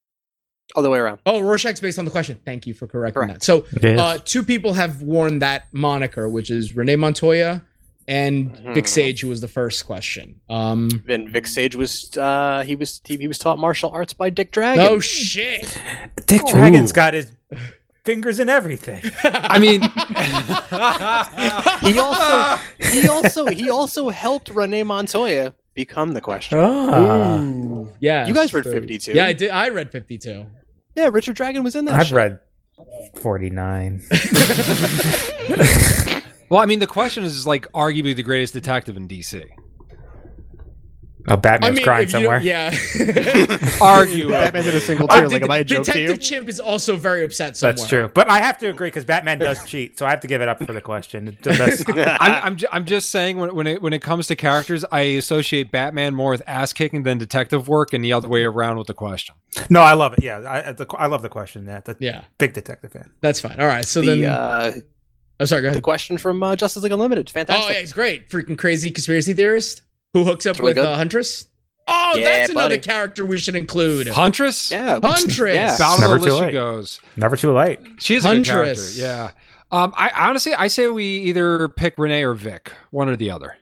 A: all the way around.
C: Oh, Rorschach's based on The Question. Thank you for correcting
A: Correct.
C: that. So,
E: Yes.
C: uh, two people have worn that moniker, which is Renee Montoya and Vic
A: Mhm.
C: Sage, who was the first question. Um,
A: Then Vic Sage was uh, he was he, he was taught martial arts by Dick Dragon.
C: oh, shit.
E: <laughs> Dick Dragon's got his fingers in
C: <laughs>
E: everything. Ah.
B: I mean,
A: he also he also he also helped Rene Montoya become the question.
E: Ah,
C: Ooh. Yeah.
A: You guys read
C: so-
A: 52.
C: Yeah, I did. I read 52.
A: Yeah, Richard Dragon was in that.
E: I've
A: shit.
E: read forty nine.
B: well, I mean, the question is like arguably the greatest detective in DC.
E: Oh,
C: I
E: Batman's
C: mean,
E: crying
C: if you-
E: somewhere.
C: yeah.
E: <laughs>
C: <laughs>
B: Argue.
G: Batman did a single
A: Uh,
G: tear.
C: Did-
G: Like, am I a joke to you?
C: Detective Chimp is also very upset somewhere.
E: That's true, but I have to agree because Batman does cheat, so I have to give it up for the question. The best-
G: <laughs>
E: <laughs>
B: I'm, I'm, ju- I'm just saying when, when it when it comes to characters, I associate Batman more with ass kicking than detective work, and the other way around with the question.
E: no, I love it. Yeah, I, I- the, I love the question. That the
C: Yeah,
E: big detective fan.
C: that's fine. All right. So
A: the
C: then,
A: uh,
C: oh, sorry. Go
A: the
C: ahead.
A: question from uh, Justice League Unlimited.
C: Oh,
A: Fantastic.
C: yeah, it's great. Freaking crazy conspiracy theorist who hooks up
A: It's really
C: with
A: good.
C: uh, Huntress. Oh,
A: Yeah,
C: that's another
A: buddy.
C: character we should include.
G: Oh,
B: Huntress,
A: yeah.
C: Huntress.
A: Yeah.
B: down on the
E: Never too
B: list she
E: late.
B: goes.
E: Never too late.
B: She is a good character.
C: Huntress.
B: Yeah. Um, I honestly, I say we either pick Renee or Vic, one or the other.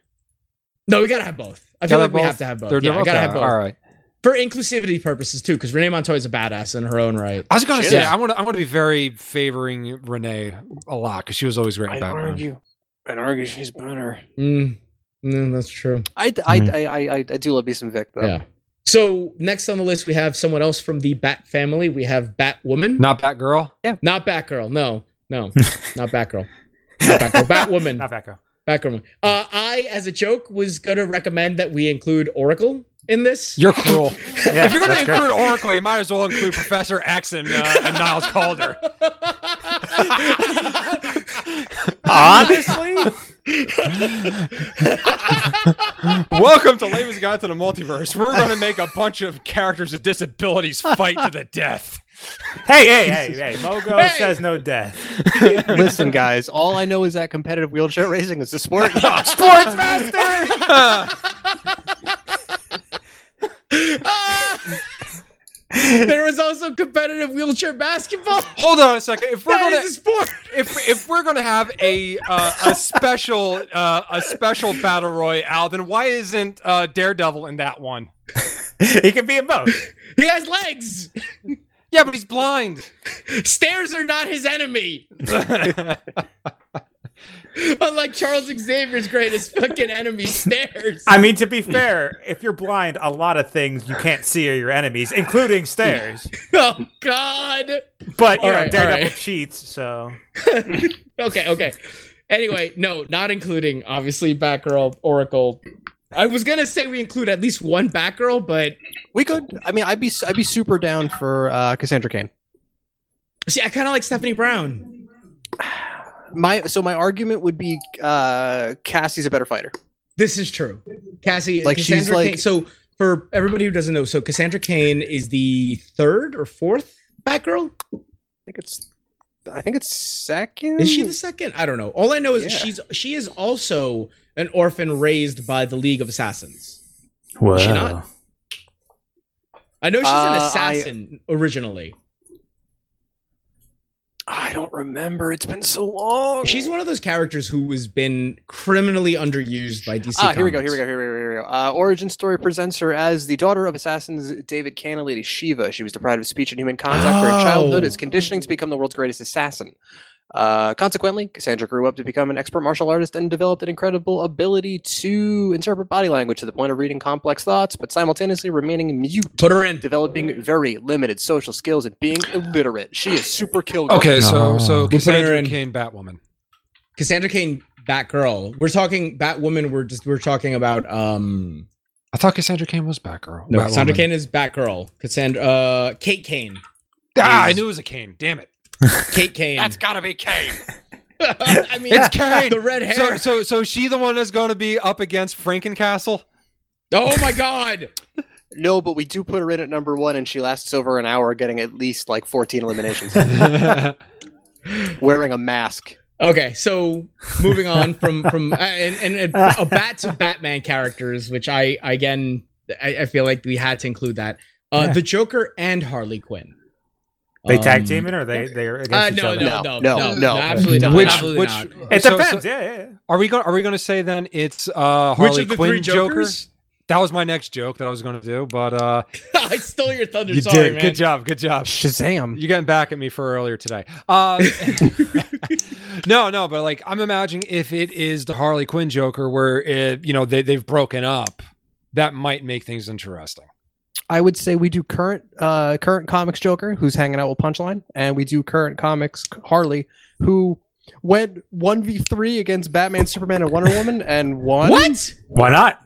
C: No, we gotta have both. I feel
B: Gotta
C: like we
B: both?
C: have to have both.
B: They're
C: yeah, I
B: both-
C: gotta have
B: okay,
C: both.
B: All right.
C: for inclusivity purposes too, because Renee Montoya is a badass in her own right.
B: I was gonna
A: She
B: say
C: is.
B: I want to I want to be very favoring Renee a lot because she was always great in
D: I'd
B: Batman.
D: argue. I'd argue she's better.
C: Mm, no, that's true.
A: I, I, I, I, I, I do love me some Vic though.
C: Mm-hmm. Yeah. So next on the list, we have someone else from the Bat family. We have Batwoman,
B: Not Batgirl.
C: not Batgirl. No,
B: <laughs>
C: no, not Batgirl. Not Batgirl. Batwoman.
E: Not Batgirl.
C: Batwoman. Uh, I, as a joke, was gonna recommend that we include Oracle in this. <laughs>
B: You're cruel.
E: Yeah,
B: if you're gonna
E: that's great.
B: include Oracle, you might as well include Professor X and, uh, and Niles Calder.
E: honestly,
B: <laughs> Welcome to Layman's Guide to the Multiverse. We're gonna make a bunch of characters with disabilities fight to the death.
E: hey, <laughs> hey, hey, hey, Mogo
C: Hey!
E: says no death.
A: <laughs>
E: <laughs>
A: Listen, guys, all I know is that competitive wheelchair racing is
G: <laughs>
A: the sport. <laughs>
C: Ah! there was also competitive wheelchair basketball. <laughs>
B: Hold on a second. If we're
C: That
B: gonna
C: is a sport.
B: if if we're gonna have a uh, a special uh, a special battle royale, then why isn't uh, Daredevil in that one?
E: He can be in both.
C: He has legs.
B: Yeah, but he's blind.
C: Stairs are not his
A: <laughs>
C: enemy. Unlike Charles Xavier's greatest fucking enemy, stairs.
E: I mean, to be fair, if you're blind, a lot of things you can't see are your enemies, including stairs.
C: <laughs> Oh God.
E: But you
C: All
E: know,
C: right, all
E: Daredevil
C: right.
E: cheats, so
C: Okay. Okay. Anyway, no, not including obviously Batgirl, Oracle. I was gonna say we include at least one Batgirl, but
A: we could. I mean, I'd be, I'd be super down for uh, Cassandra Kane.
C: see, I kind of like Stephanie Brown.
A: My, so my argument would be uh, Cassie's a better fighter.
C: This is true. Cassie,
A: Like,
C: like Cassandra
A: she's like-
C: Cain- so. For everybody who doesn't know, so Cassandra Kane is the third or fourth Batgirl.
A: I think it's, I think it's second.
C: Is she the second? I don't know. All I know is
A: Hmm. Yeah.
C: she's she is also an orphan raised by the League of Assassins.
E: Whoa.
C: She not? I know she's an
A: Uh, I-
C: assassin originally.
D: I don't remember. It's been so long.
C: She's one of those characters who has been criminally underused by DC.
A: Ah, here we go. Here
C: Comics.
A: we go. Here we go. Here we go. Uh, Origin story presents her as the daughter of assassins David Canna, Lady Shiva. She was deprived of speech and human contact for her childhood.
C: Oh.
A: Is conditioning to become the world's greatest assassin. Uh, consequently, Cassandra grew up to become an expert martial artist and developed an incredible ability to interpret body language to the point of reading complex thoughts, but simultaneously remaining mute,
C: Put her in.
A: developing very limited social skills and being illiterate. She is super killed.
B: Okay,
G: We'll
B: so so
C: put her
B: Cassandra
C: in.
B: Kane, Batwoman.
C: Cassandra Kane, Batgirl. We're talking Batwoman. We're just we're talking about um
B: I thought Cassandra Kane was Batgirl.
C: no Cassandra
B: Batwoman.
C: Kane is Batgirl. Cassandra uh Kate Kane.
B: Ah, I
C: is-
B: knew it was a Kane. Damn it!
C: Kate Kane.
B: That's gotta be Kane.
C: <laughs> I mean
B: It's Kane.
C: the red
B: So
C: hair.
B: so so is she the one that's going to be up against <laughs> Frankencastle.
C: Oh my god.
A: No, but we do put her in at number one, and she lasts over an hour, getting at least like 14 eliminations, wearing a mask.
C: Okay, so moving on from from uh, and, and, and a bat to Batman characters, which I I, again I, I feel like we had to include that. Uh,
E: Yeah.
C: The Joker and Harley Quinn.
E: They
C: Um,
E: tag team it, or they they are
C: Uh,
E: against
C: no,
E: each other.
C: no, no, no, no,
A: no.
C: absolutely not.
B: which
C: absolutely
B: which
C: not.
E: It
B: so-
E: depends.
B: so
E: yeah, yeah, yeah.
B: are we going? Are we going to say then it's uh, Harley
C: which of the
B: Quinn
C: three Jokers?
B: Joker? That was my next joke that I was going to do, but uh,
C: <laughs> I stole your thunder.
B: you
C: Sorry,
B: did.
C: man.
B: Good job. Good job.
G: Shazam.
B: You're getting back at me for earlier today. Uh,
C: <laughs>
B: no, no, but like I'm imagining if it is the Harley Quinn Joker, where it, you know they they've broken up, that might make things interesting.
G: I would say we do current uh current comics Joker who's hanging out with Punchline, and we do current comics Harley who went one v three against Batman, Superman, and Wonder Woman, and won
C: What?
E: Why not?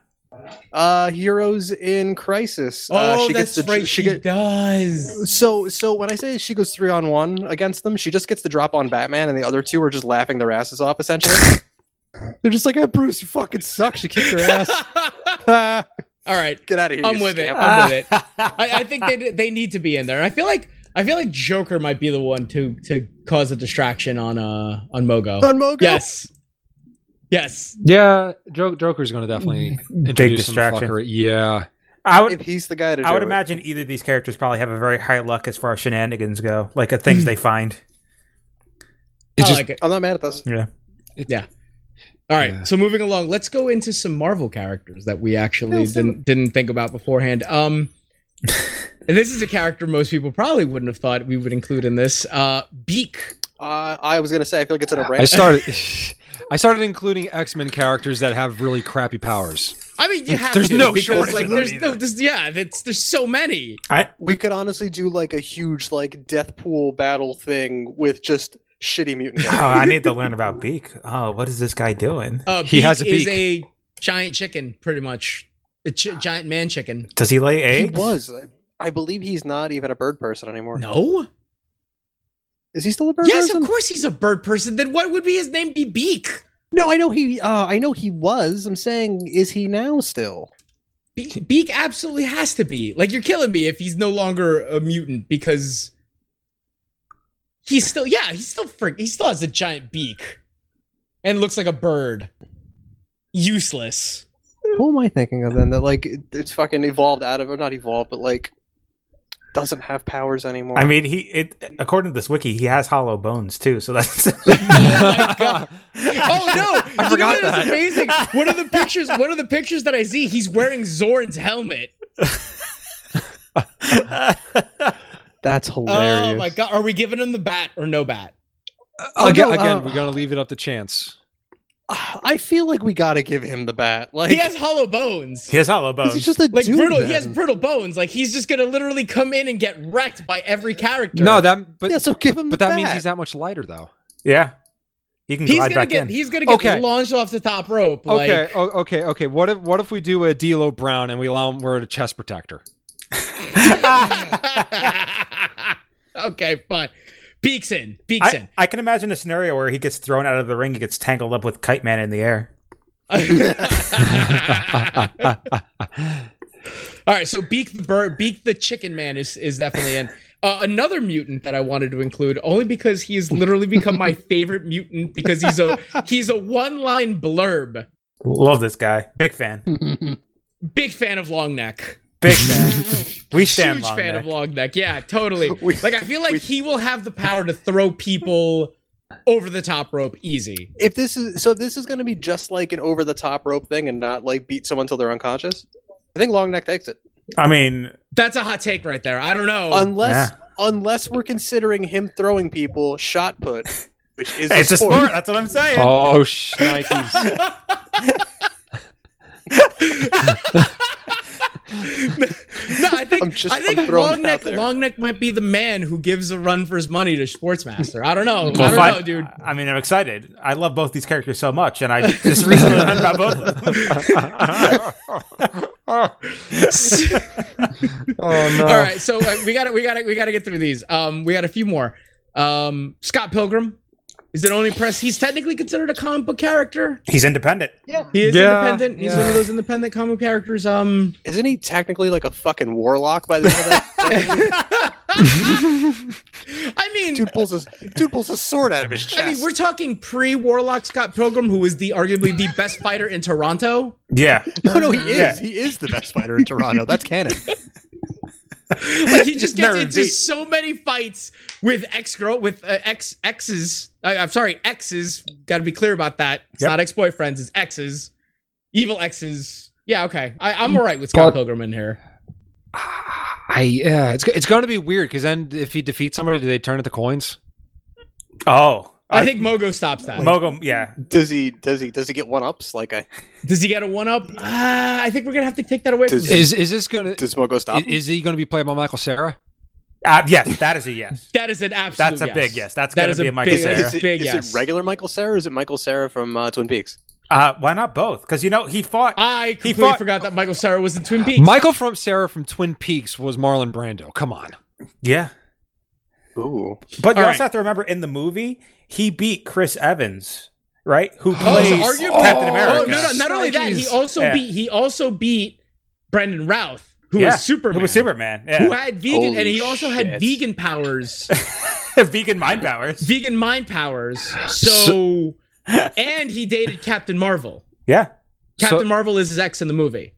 A: uh Heroes in Crisis. uh,
C: Oh, that's
A: the,
C: right. She,
A: She get,
C: does.
A: so so when I say she goes three on one against them, she just gets the drop on Batman, and the other two are just laughing their asses off. Essentially, <laughs> they're just like, "Hey, Bruce, you fucking suck." She kicked <laughs> your ass. Ah,
C: <laughs> All right,
A: <laughs> Get out of here.
C: I'm
A: you
C: with it.
A: scamp. <laughs>
C: I'm with it. I, I think they they need to be in there. And I feel like I feel like Joker might be the one to to cause a distraction on uh on Mogo.
A: Son Mogo.
C: Yes. Yes.
B: Yeah, Mm-hmm. jo- Joker's going to definitely introduce some
E: distraction.
B: fuckery. Yeah,
E: I would
A: If he's the guy to
E: I would
A: do it.
E: imagine either of these characters probably have a very high luck as far as shenanigans go, like at things they find.
B: it
C: I
B: just
C: like it.
A: I'm not mad at this.
C: All right.
B: Yeah.
C: So moving along, let's go into some Marvel characters that we actually
A: Yeah, so-
C: <laughs> didn't didn't think about beforehand. Um and this is a character most people probably wouldn't have thought we would include in this. Uh, Beak.
A: Uh, I was gonna say I feel like it's in a
B: I
A: brand.
B: started. <laughs> I started including X Men characters that have really crappy powers.
C: <laughs> I mean, you have
B: There's
C: to,
B: no
C: because,
B: shortage
C: like
F: of them
C: there's no
F: either.
C: there's, yeah, that's there's so many.
A: We could honestly do like a huge like death pool battle thing with just shitty
C: <laughs>
A: mutant.
E: Oh, I need to learn about Beak. Oh, what is this guy doing?
C: Uh,
B: He
C: Beak
B: has a
C: is
B: beak.
C: a giant chicken, pretty much. A ch- giant man chicken.
E: Does he lay
A: he
E: eggs?
A: was. I believe he's not even a bird person anymore.
C: No.
A: Is he still a bird
C: Yes,
A: person?
C: of course he's a bird person. Then what would be his name? Be Beak.
G: No, I know he. Uh, I know he was. I'm saying, is he now still?
C: Be- Beak absolutely has to be. Like you're killing me if he's no longer a mutant because he's still yeah he's still frick he still has a giant beak and looks like a bird. Useless.
G: Who am I thinking of then? That like,
A: It- It's fucking evolved out of, or not evolved, but like doesn't have powers
G: <laughs>
A: anymore.
E: I mean, he it according to this wiki, he has hollow bones too. So
C: <laughs>
E: that's <laughs>
C: my God. Oh no!
B: I
C: You know
B: forgot
C: what is
B: that.
C: amazing. One of the pictures, one of the pictures that I see, he's wearing Zorn's helmet.
G: that's hilarious.
C: Oh my god! Are we giving him the bat or no bat?
B: Again,
G: no,
B: again,
G: uh,
B: we're gonna leave it up to chance.
G: I feel like we gotta give him the bat. Like,
C: He has hollow bones.
E: he has hollow bones.
G: he's just a
C: like
G: dude.
C: brittle. He has
G: then.
C: brittle bones. Like he's just gonna literally come in and get wrecked by every character.
B: No, that but
G: yeah, so give him.
B: but
G: the
B: that means
G: bat.
B: he's that much lighter though.
E: yeah, he can
C: he's
E: glide
C: gonna
E: back
C: get
E: in.
C: he's gonna get
B: Okay.
C: launched off the top rope. Like,
B: Okay, o- okay, okay. What if what if we do a D'Lo Brown and we allow him wear a chest protector?
C: <laughs> okay, fine. Beaks in. Beaks
E: I, I can imagine a scenario where he gets thrown out of the ring, he gets tangled up with Kite Man in the air.
C: in. <laughs> All right, so Beak the Bird, Beak the Chicken Man is is definitely in. Uh, another mutant that I wanted to include only because he has literally become my favorite mutant because he's a he's a one line blurb.
E: Love this guy. Big fan.
C: Hmm. Big fan of long neck.
E: Big
C: <laughs>
E: fan. We stand
C: Huge
E: long
C: fan
E: neck.
C: of long neck. Yeah, totally.
A: <laughs> We-
C: like I feel like
A: we-
C: he will have the power to throw people over the top rope easy.
A: if this is so, if this is going to be just like an over the top rope thing and not like beat someone until they're unconscious. I think long neck takes it,
E: I mean,
C: That's a hot take right there. I don't
B: Oh,
C: know.
A: unless unless we're considering him throwing people shot put, which
B: <laughs>
A: is
E: it's a
A: sport.
E: sport. That's what I'm saying.
B: <laughs> oh, sh- Nikes.
C: <laughs> no, I think
A: I'm just-
C: I think
A: I'm throwing it
C: long
A: out
C: neck
A: there.
C: long neck might be the man who gives a run for his money to Sportsmaster. I don't know.
E: Well, fine.
C: I don't know,
E: <laughs>
C: dude. <laughs>
E: I mean, I'm excited. I love both these characters so much, and I just recently learned about both of them.
C: <laughs>
B: oh no!
C: All right, so uh, we got to we got to we got to get through these. Um, we got a few more. Um, Scott Pilgrim is it only press? He's technically considered a comic book character.
E: He's independent.
C: He is
B: Yeah,
C: independent. He's one
B: yeah.
C: of those independent comic characters. Um,
A: Isn't he technically like a fucking warlock by the end of
B: <laughs>
A: that?
C: I mean,
A: dude pulls his dude pulls a sword out of his chest.
C: I mean, we're talking pre-Warlock Scott Pilgrim, who was the arguably the best fighter in Toronto.
E: Yeah.
A: no, no, he is.
E: Yeah.
A: He is the best fighter in Toronto. That's canon.
C: Like he just gets
E: Never
C: into
E: beat.
C: so many fights with ex girl with uh, ex exes. I, I'm sorry, exes. Got to be clear about that. It's
E: Yep.
C: not ex boyfriends. It's exes, evil exes. Yeah, okay. I, I'm all right with Scott
B: But-
C: Pilgrim in here.
B: I yeah, it's it's gonna be weird because then if he defeats somebody, do they turn into coins?
E: Oh.
C: I think Mogo stops that.
E: Mogum, yeah.
A: Does he? Does he? Does he get one ups? Like I
C: Does he get a one up? Uh, I think we're gonna have to take that away. From
A: Does-
C: him.
B: Is is this gonna
A: does Mogo stop?
B: i- is he gonna be played by Michael Sarah?
E: Uh, yes, that is a yes.
C: that is an absolute.
E: That's a big yes. That's
C: That
E: going
C: is
E: to
C: a
E: be a Michael
C: big-
E: Cera.
A: is it,
C: big
A: is
C: yes.
A: it regular Michael Sarah? Or is it Michael Sarah from uh, Twin Peaks?
E: Uh, why not both? Because, you know, he fought.
C: I completely
E: fought-
C: forgot that Michael Cera was in
A: Uh,
C: Twin Peaks.
B: Michael from Sarah from Twin Peaks was Marlon Brando. Come on.
E: yeah.
A: Ooh,
E: But you also
C: All right.
E: have to remember in the movie, he beat Chris Evans, right? Who
C: Oh, so
E: plays
C: arguably-
E: Captain
C: Oh,
E: America.
C: no, no, not only that, he
B: Strikes.
C: also
E: Yeah.
C: beat he also beat Brendan Routh, who
E: Yeah,
C: was Superman.
E: Who was Superman?
C: who
E: Yeah.
C: had vegan and
A: Holy
C: he also had
A: shit.
C: vegan powers,
B: <laughs>
E: <laughs> Vegan mind powers.
C: vegan mind powers. So, <laughs> and he dated Captain Marvel.
E: yeah.
C: Captain
B: So-
C: Marvel is his ex in the movie.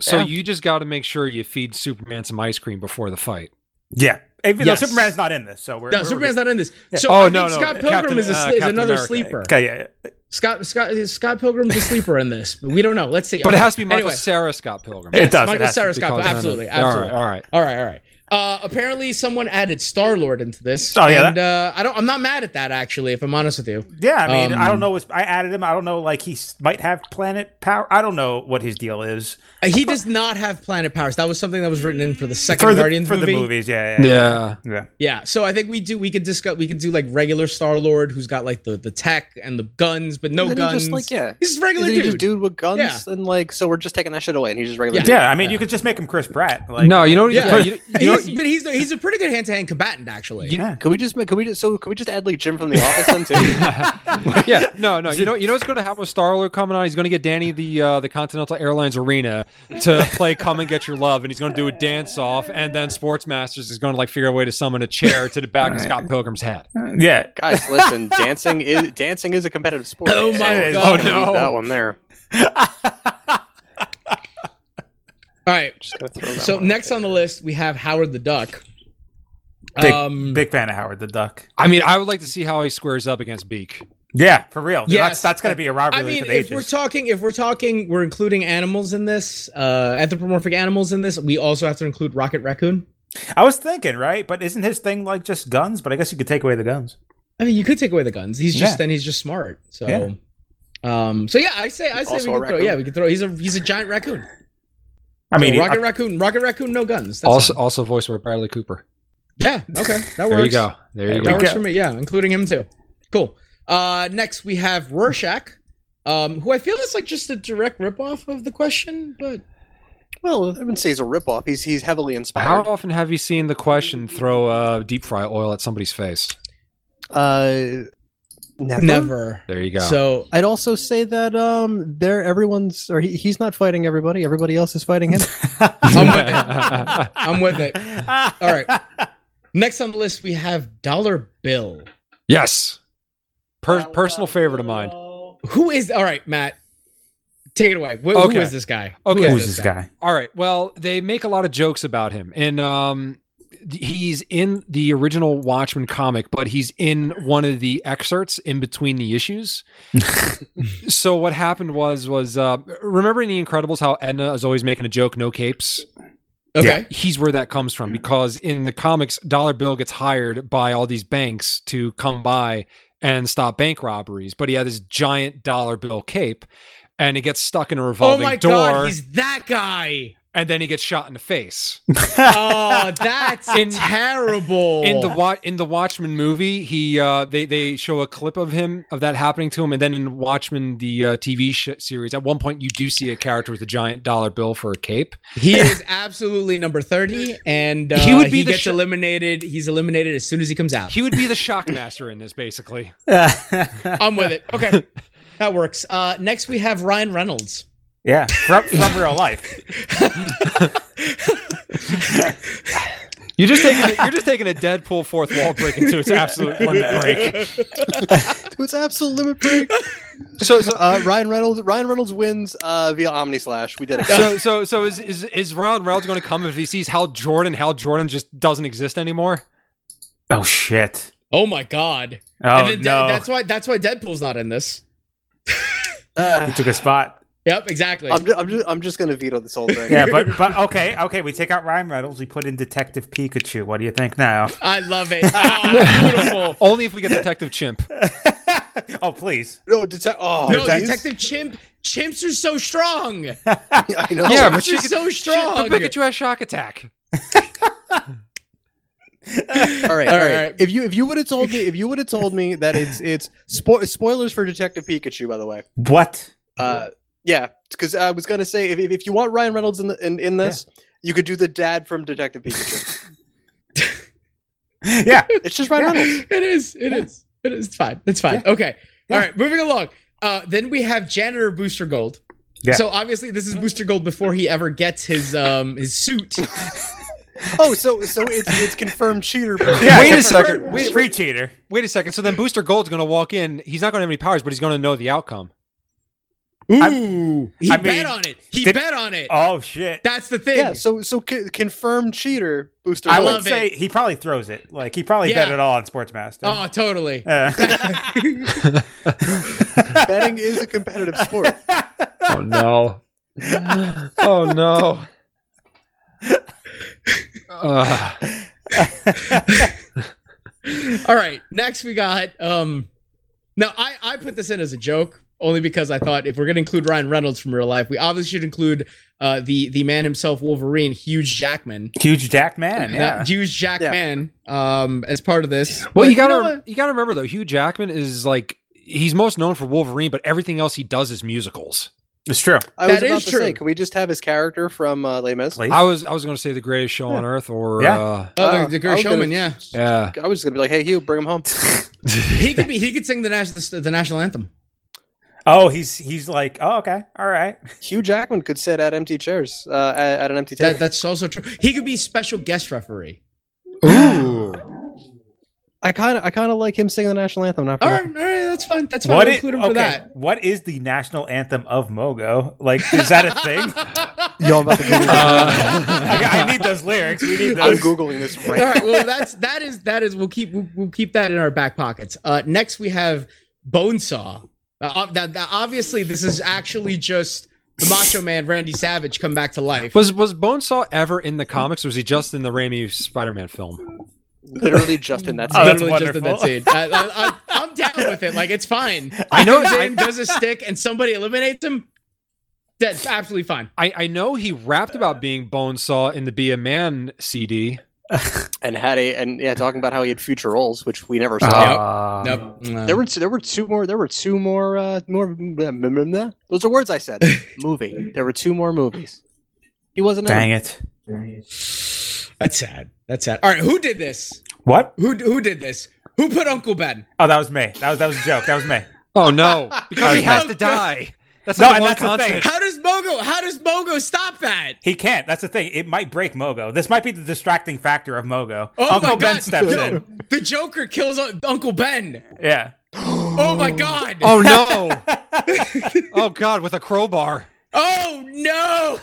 B: So
A: Yeah.
B: you just got to make sure you feed Superman some ice cream before the fight.
E: Yeah. Even
C: Yes.
E: though Superman's not in this, so we're
C: No,
E: we're-
C: Superman's not in this. So
B: Oh,
C: I
B: no,
C: think
B: no,
C: Scott Pilgrim
B: Captain,
C: is, a,
B: uh,
C: is
B: Captain
C: another
B: America.
C: sleeper.
E: Okay, yeah, yeah.
C: Scott Scott Scott Pilgrim's a sleeper in this, but we don't know. Let's see.
B: But it
C: Okay.
B: has to be Michael
C: Anyway.
B: Sarah Scott Pilgrim.
E: It does.
C: Michael
E: it has to
C: Cera
E: be.
C: Scott.
B: Because-
C: Absolutely, absolutely.
B: All right, all right.
C: All right, all right. Uh, apparently, someone added Star Lord into this.
E: Oh, yeah,
C: and uh, I don't. I'm not mad at that actually. If I'm honest with you,
E: Yeah, I mean, I
C: Um,
E: don't know. What's, I added him. I don't know. Like he s- might have planet power. I don't know what his deal is
C: Uh, he does not have planet powers. That was something that was written in for the second
E: for the
C: Guardians
E: for
C: movie.
E: the movies. Yeah, yeah,
B: Yeah.
E: yeah.
C: Yeah, so I think we do. We could discuss. We could do like regular Star Lord, who's got like the the tech and the guns, but no
A: Isn't he
C: guns.
A: just like yeah.
C: He's just a regular
A: Isn't he
C: dude.
A: just dude with guns
C: Yeah.
A: and like so we're just taking that shit away and he's just regular
C: Yeah.
E: Yeah,
A: dude.
E: I mean,
C: Yeah.
E: you could just make him Chris Pratt. Like,
B: no, you know what?
C: Yeah.
B: Yeah. You,
C: <laughs>
B: you know,
C: He's- but he's he's a pretty good hand to hand combatant actually.
E: yeah.
A: Could we just make? Could we just so? Could we just add like Jim from the office then too?
B: yeah, no, no. You know, you know what's going to happen with Star Lord coming on? He's going to get Danny the uh, the Continental Airlines Arena to play "Come and Get Your Love," and he's going to do a dance off, and then Sportsmasters is going to like figure a way to summon a chair to the back of Scott Pilgrim's head.
E: yeah.
A: Guys, listen, dancing is dancing is a competitive sport.
C: Oh
A: so
C: my
A: we
C: God.
A: can leave
E: Oh, no.
A: that one there.
C: All right.
A: Just gonna throw that
C: So
A: one out
C: next
A: there.
C: on the list we have Howard the Duck.
E: Big-
C: um,
E: Big fan of Howard the Duck.
B: I mean, I would like to see how he squares up against Beak.
E: Yeah, for real. Yeah,
C: Yes.
E: that's that's gonna be a rivalry
C: I mean,
E: for
C: if
E: the
C: we're
E: ages.
C: talking, if we're talking, we're including animals in this, uh, anthropomorphic animals in this. We also have to include Rocket Raccoon.
E: I was thinking, right? But isn't his thing like just guns? But I guess you could take away the guns.
C: I mean, you could take away the guns. He's just
E: Yeah.
C: then he's just smart. So,
E: Yeah.
C: um, so yeah, I say, I say, we
A: Also a
C: can throw,
A: raccoon.
C: yeah, we can throw. He's a he's a giant raccoon.
E: I mean,
C: So
E: he-
C: Rocket Raccoon, Rocket Raccoon, no guns. That's
B: Also,
C: fine.
B: also voiced by Bradley Cooper.
C: yeah, okay, that
B: There
C: works.
B: you go. There you
C: That
B: go.
C: works
E: go.
C: for me. Yeah, including him too. Cool. Uh, next we have Rorschach, um, who I feel is like just a direct ripoff of the question, but
A: Well, I wouldn't say he's a ripoff. He's he's heavily
B: How
A: inspired.
B: often have you seen the question throw uh, deep fry oil at somebody's face?
G: Uh, never.
C: never.
B: There you go. <laughs>
C: So
G: I'd also say that um, there everyone's or he, he's not fighting everybody. Everybody else is fighting him.
C: I'm with it. I'm with it. All right. Next on the list, we have Dollar Bill.
B: yes, per- personal favorite of mine.
C: Who is all right, Matt? Take it away. Wh-
B: Okay.
C: Who is this guy?
B: Okay.
C: who
E: uh, Who's this guy?
B: All right. Well, they make a lot of jokes about him, and um, th- he's in the original Watchmen comic, but he's in one of the excerpts in between the issues. so what happened was was uh, remember in the Incredibles how Edna is always making a joke, no capes.
C: Okay.
B: He's where that comes from because in the comics, Dollar Bill gets hired by all these banks to come by and stop bank robberies, but he had this giant dollar bill cape. And it gets stuck in a
C: Oh
B: revolving
C: my
B: door
C: god, he's that guy.
B: and then he gets shot in the
C: <laughs>
B: face.
C: Oh, that's
B: <laughs> In-
C: terrible.
B: In the wa- in the Watchmen movie, he uh, they they show a clip of him of that happening to him, and then in Watchmen the uh, TV sh- series, at one point you do see a character with a giant dollar bill for a cape.
C: he is absolutely number thirty, and uh,
B: He
C: he
B: would be the
C: gets
B: sh-
C: eliminated. He's eliminated as soon as he comes
B: <laughs>
C: out.
B: He would
C: <laughs>
B: be the shockmaster in this, basically.
C: I'm with it. Okay, that works. Uh, next, we have Ryan Reynolds.
E: <laughs> yeah, from, from real life.
B: You're just taking
C: <laughs>
B: a, you're just taking a Deadpool fourth wall break into its absolute limit
C: <laughs>
B: break.
G: it's absolute limit break.
B: So so
G: Uh, Ryan Reynolds.
A: Reynolds- Ryan Reynolds wins uh, via Omni Slash. We did
B: <laughs>
A: it.
B: so so, so is, is is Ronald Reynolds going to come if he sees Hal Jordan? Hal Jordan just doesn't exist anymore.
E: Oh shit.
C: Oh my god!
E: Oh
C: and then De-
E: no.
C: that's why that's why Deadpool's not in this.
E: he took a spot.
C: Yep, exactly.
B: Oh,
A: I'm, ju- I'm, ju- I'm just gonna veto this whole thing.
E: Yeah, but but okay, okay. We take out Ryan Reynolds. We put in Detective Pikachu. What do you think now?
C: I love it.
E: <laughs>
C: Oh, beautiful.
B: Only
C: <laughs>
B: if we get Detective Chimp.
E: oh please.
A: no, detec- oh,
C: No,
A: geez.
C: Detective Chimp. Chimps are so strong.
A: <laughs> I know.
B: Yeah, but
C: Chimps
B: she
C: are
B: could-
C: so strong.
B: But Pikachu has shock attack.
G: All right,
C: All
G: all right.
C: right.
G: If you if you would have told me if you would have told me that it's it's spo- spoilers for Detective Pikachu by the way.
E: What?
A: Uh, yeah, because I was gonna say if, if, if you want Ryan Reynolds in the, in, in this, you could do the dad from Detective Pikachu.
E: Yeah.
A: it's just Ryan Reynolds.
C: it is. It is. It is. It's fine. It's fine. Okay.
E: Yeah.
C: All right. Moving along. Uh, then we have janitor Booster Gold.
E: Yeah.
C: So obviously this is Booster Gold before he ever gets his um
E: <laughs>
C: his suit.
A: Oh, so so it's it's confirmed cheater.
E: yeah
B: Wait a
E: it's
B: second,
E: free-
B: wait-
E: free cheater.
B: Wait a second. So then Booster Gold's going to walk in. He's not going to have any powers, but he's going to know the outcome.
C: Ooh, he
E: I mean,
C: bet on it. He
E: did-
C: bet on it.
E: Oh shit!
C: That's the thing.
G: Yeah, so so c- confirmed cheater booster.
E: I
C: love
E: would say he probably throws it. Like he probably
C: Yeah.
E: bet it all on Sportsmaster. Uh,
C: oh, totally.
E: Yeah.
G: betting is a competitive sport.
B: Oh no. <laughs> oh <laughs> no. Uh,
C: All right. Next, we got. um Now, I I put this in as a joke only because I thought if we're gonna include Ryan Reynolds from real life, we obviously should include uh the the man himself, Wolverine, Hugh Jackman.
E: <laughs> Huge Jack man. Yeah.
C: That Hugh Jackman um as part of this.
B: well,
C: But
B: you gotta
C: know
B: you,
C: what?
B: gotta remember though, Hugh Jackman is like he's most known for Wolverine, but everything else he does is musicals.
E: It's true.
G: I was
C: That
G: about
C: is
G: to
C: true.
G: say, can we just have his character from uh, Les Mis?
E: Please.
B: I was I was gonna say the greatest show on earth, or
E: Yeah.
B: uh,
C: Oh,
G: Uh,
C: the, the
G: I
C: Great
G: was gonna-
C: Showman, yeah.
B: <laughs> yeah,
G: I was just gonna be like, hey, Hugh, bring him home.
C: He could be. He could sing the national the national anthem.
E: Oh, he's he's like, oh okay, all right.
G: Hugh Jackman could sit at empty chairs uh, at, at an empty table.
C: That, that's also true. He could be special guest referee.
B: ooh,
G: I kind of I kind of like him singing the national anthem. Not for
C: All
G: nothing.
C: right, all right, that's fine. That's fine.
E: What
C: I'll
E: is,
C: include him
E: okay,
C: for that.
E: what is the national anthem of Mogo? Like, is that a thing?
G: Y'all about to
A: <laughs>
G: Google
B: Uh,
E: <laughs> I, I need those lyrics. We need
A: I'm
E: those.
A: googling this
C: All
A: right. now.
C: right. Well, that's that is that is. We'll keep we'll, we'll keep that in our back pockets. Uh, next, we have Bonesaw. Uh, ob- that- that- obviously, this is actually just the Macho Man Randy Savage come back to
E: Oh,
C: life.
B: was was Bonesaw ever in the comics? Or was he just in the Raimi Spider-Man film?
A: Literally just in that.
E: Oh, that's
C: Literally just in that
E: wonderful.
C: scene. I, I, I, I'm down with it. Like it's
E: <laughs>
C: fine.
B: I know-
C: If Zane does a stick and somebody eliminates him. That's absolutely fine.
B: I I know he rapped about being Bonesaw in the Be a Man CD.
A: and had a and yeah, talking about how he had future roles, which we never saw.
E: Uh,
C: Nope. No.
A: There were there were two more. There were two more. Uh, more. Those are words I
C: <laughs>
A: said. Movie. There were two more movies. He wasn't. in
E: Dang it!
C: That's sad. That's sad. All right, who did this?
E: What?
C: Who who did this? Who put Uncle Ben?
E: Oh, that was me. That was that was a joke. That was me.
B: Oh
E: <laughs>
B: no, because he
E: Okay.
B: has to die. That's
E: Oh, No,
B: like
E: and
B: one
E: that's the
B: constant.
E: thing.
C: How does Mogo? How does Mogo stop that?
E: He can't. That's the thing. It might break Mogo. This might be the distracting factor of Mogo.
C: Oh my
E: Uncle Ben
C: God.
E: steps
C: Yo.
E: in.
C: The Joker kills Un- Uncle Ben.
E: Yeah.
C: Oh my God.
E: <laughs>
B: Oh no! oh god, with a crowbar.
C: Oh, no.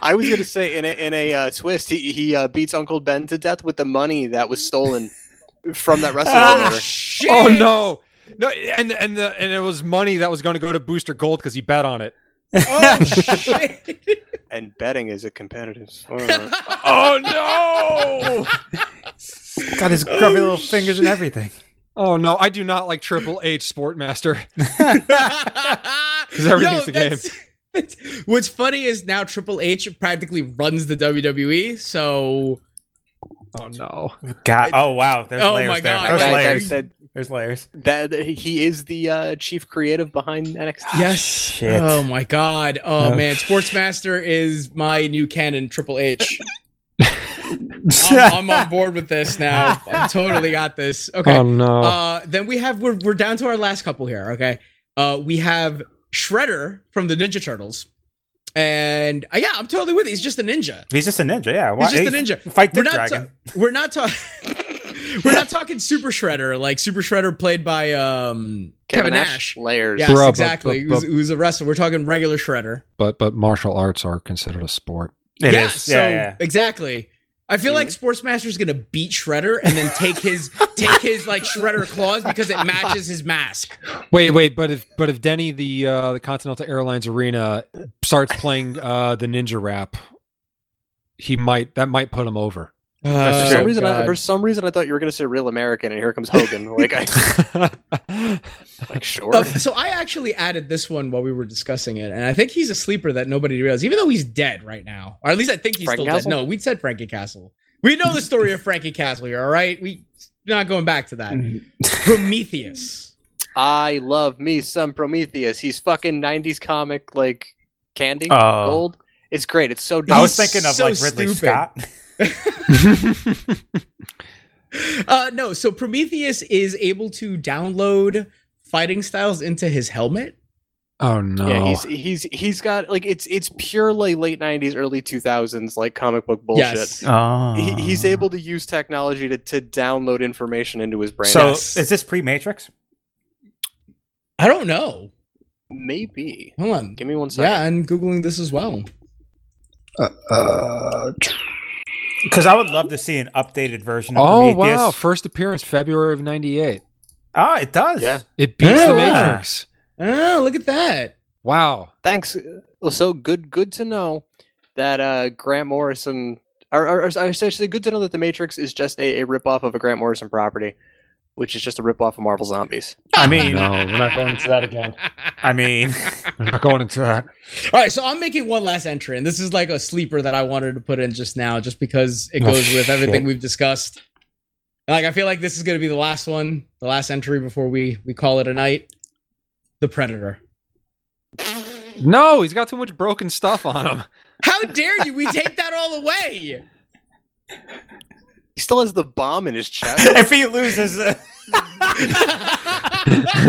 A: I was gonna say in a in a uh, twist, he he uh, beats Uncle Ben to death with the money that was stolen from that wrestling.
C: Oh
A: ah,
C: shit.
B: Oh no! No, and and the and it was money that was going to go to Booster Gold because he bet on it.
C: Oh shit.
A: and betting is a competitive
C: <laughs>
A: sport.
B: Oh no!
E: Got his grubby little fingers and everything.
B: oh no! I do not like Triple H Sportmaster.
C: Because
B: everything's the
C: <laughs> What's funny is now Triple H practically runs the WWE. So
B: Oh no!
E: God. Oh wow. There's
C: Oh,
E: layers
C: my
E: there.
C: God.
E: There's
C: Guys,
A: that
E: layers.
A: said
E: There's layers.
A: that he is the uh, chief creative behind NXT.
C: yes.
E: shit.
C: Oh my god. Oh
E: Oh.
C: man, Sportsmaster is my new canon Triple H. I'm, I'm on board with this now. I totally got this. Okay.
B: Oh, no!
E: Oh.
C: Uh, then we have we're we're down to our last couple here. Okay. Uh, we have Shredder from the Ninja Turtles, and uh, yeah, I'm totally with it. He's just a ninja.
E: He's just a ninja. Yeah. Why-
C: He's just a ninja.
E: Fight the
C: We're not,
E: dragon.
C: ta- <laughs> we're not talking. we're not talking Super Shredder, like Super Shredder played by um, Kevin, Nash.
A: layers.
C: Yes,
B: Bruh, but-
C: exactly.
B: but-
C: Who's, who's a wrestler? We're talking regular Shredder.
B: but but martial arts are considered a sport.
E: It
C: yeah,
E: is.
C: so
E: yeah. Yeah.
C: exactly. I feel like Sportsmaster's gonna beat Shredder and then take his take his like Shredder claws because it matches his mask.
B: Wait wait, but if but if Denny the uh, the Continental Airlines Arena starts playing uh, the Ninja rap, he might that might put him over.
A: For
C: Uh,
E: That's
A: some
C: Oh,
E: true.
A: reason, I, for some reason, I thought you were gonna say real American, and here comes Hogan.
C: <laughs>
A: like I like sure.
C: Uh, so I actually added this one while we were discussing it, and I think he's a sleeper that nobody realized, even though he's dead right now, or at least I think he's still
A: Frankencastle?
C: dead. No, we said Frankie Castle. We know the story of Frankie Castle here. All right, we we're not going back to that.
A: Mm-hmm.
C: <laughs> Prometheus.
A: I love me some Prometheus. He's fucking '90s comic like candy
E: Oh.
A: gold. It's great. It's so
E: I
A: dumb.
E: was
C: He's
E: thinking of
C: so
E: like Ridley
C: stupid.
E: Scott.
C: Uh, no, so Prometheus is able to download fighting styles into his helmet.
B: <laughs> oh no!
A: Yeah, he's he's he's got like it's it's purely late '90s, early 2000s like comic book bullshit.
C: Yes.
E: Oh.
A: He, he's able to use technology to, to download information into his brain.
E: So
C: Yes.
E: is this pre Matrix?
C: I don't know.
A: Maybe.
C: Hold on.
A: Give me one second.
C: Yeah, I'm googling this as well.
A: Uh,
E: Because I would love to see an updated version of
B: Oh
E: Prometheus.
B: wow! First appearance February of '98.
E: Oh, it does.
A: Yeah.
B: It beats
C: Yeah.
B: the Matrix.
C: Oh, look at that.
B: Wow.
A: thanks. Well, so good. Good to know that uh, Grant Morrison, or, or, or essentially, good to know that the Matrix is just a, a ripoff of a Grant Morrison property, which is just a ripoff of Marvel Zombies.
B: <laughs>
E: I mean,
H: No, we're not going into that
C: <laughs>
H: again.
E: I <laughs> mean,
B: I'm not going into that.
C: All right, so I'm making one last entry, and this is like a sleeper that I wanted to put in just now, just because it
B: Oh,
C: goes with everything
B: shit.
C: we've discussed. Like, I feel like this is going to be the last one, the last entry before we we call it a night. The Predator.
B: No, he's got too much broken stuff on him.
C: How dare you? We take that all away.
A: He still has the bomb in his chest.
E: if he loses, uh,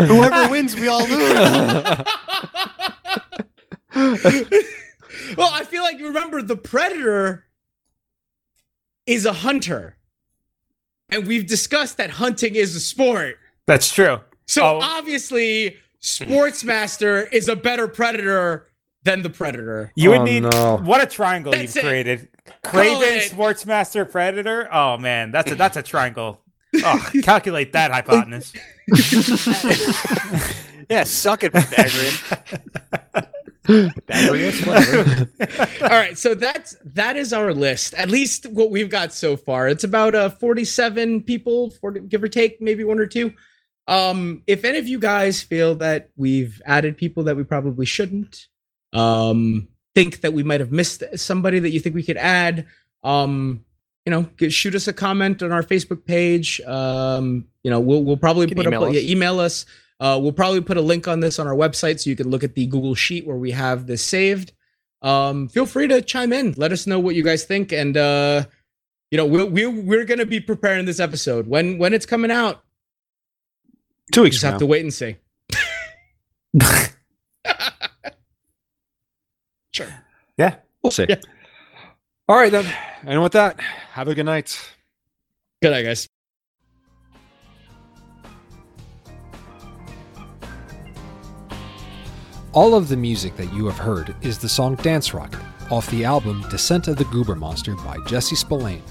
A: Whoever wins, we all lose.
C: well, I feel like remember the predator is a hunter, and we've discussed that hunting is a sport.
E: that's true.
C: So
E: Oh.
C: obviously, Sportsmaster is a better predator than the predator.
E: You would
B: Oh,
E: need
B: no.
E: what a triangle
C: That's
E: you've
C: it.
E: created. Craven,
C: it.
E: Sportsmaster, Predator. Oh man, that's a that's a
C: <laughs>
E: triangle. Oh, calculate that hypotenuse.
A: <laughs> yeah, suck it, Pythagorean. <laughs>
C: All right, so that's that is our list. At least what we've got so far. It's about uh 47 people, 40, give or take, maybe one or two. Um, if any of you guys feel that we've added people that we probably shouldn't, um, think that we might have missed somebody that you think we could add, um, you know, g- shoot us a comment on our Facebook page. Um, you know, we'll we'll probably
A: You can
C: put up
A: email us.
C: yeah, email us. Uh, we'll probably put a link on this on our website so you can look at the Google sheet where we have this saved. Um, feel free to chime in. Let us know what you guys think, and uh, you know, we'll, we'll we're gonna be preparing this episode when when it's coming out.
B: Two
C: We
B: weeks
C: just
B: from
C: have to
B: now.
C: wait and see. <laughs>
B: We'll see.
C: Yeah.
B: All right then. And with that, have a good night.
C: Good night, guys.
B: All of the music that you have heard is the song Dance Rocket off the album Descent of the Goober Monster by Jesse Spillane.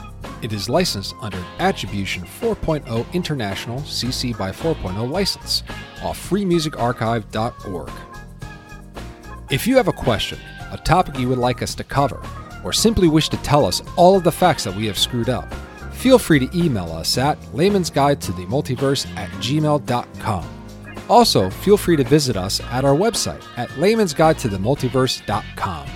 B: It is licensed under Attribution 4.0 International CC by 4.0 license off freemusicarchive.org. If you have a question, a topic you would like us to cover, or simply wish to tell us all of the facts that we have screwed up, feel free to email us at layman's guide to the multiverse at gmail.com. Also, feel free to visit us at our website at layman's guide to the multiverse.com.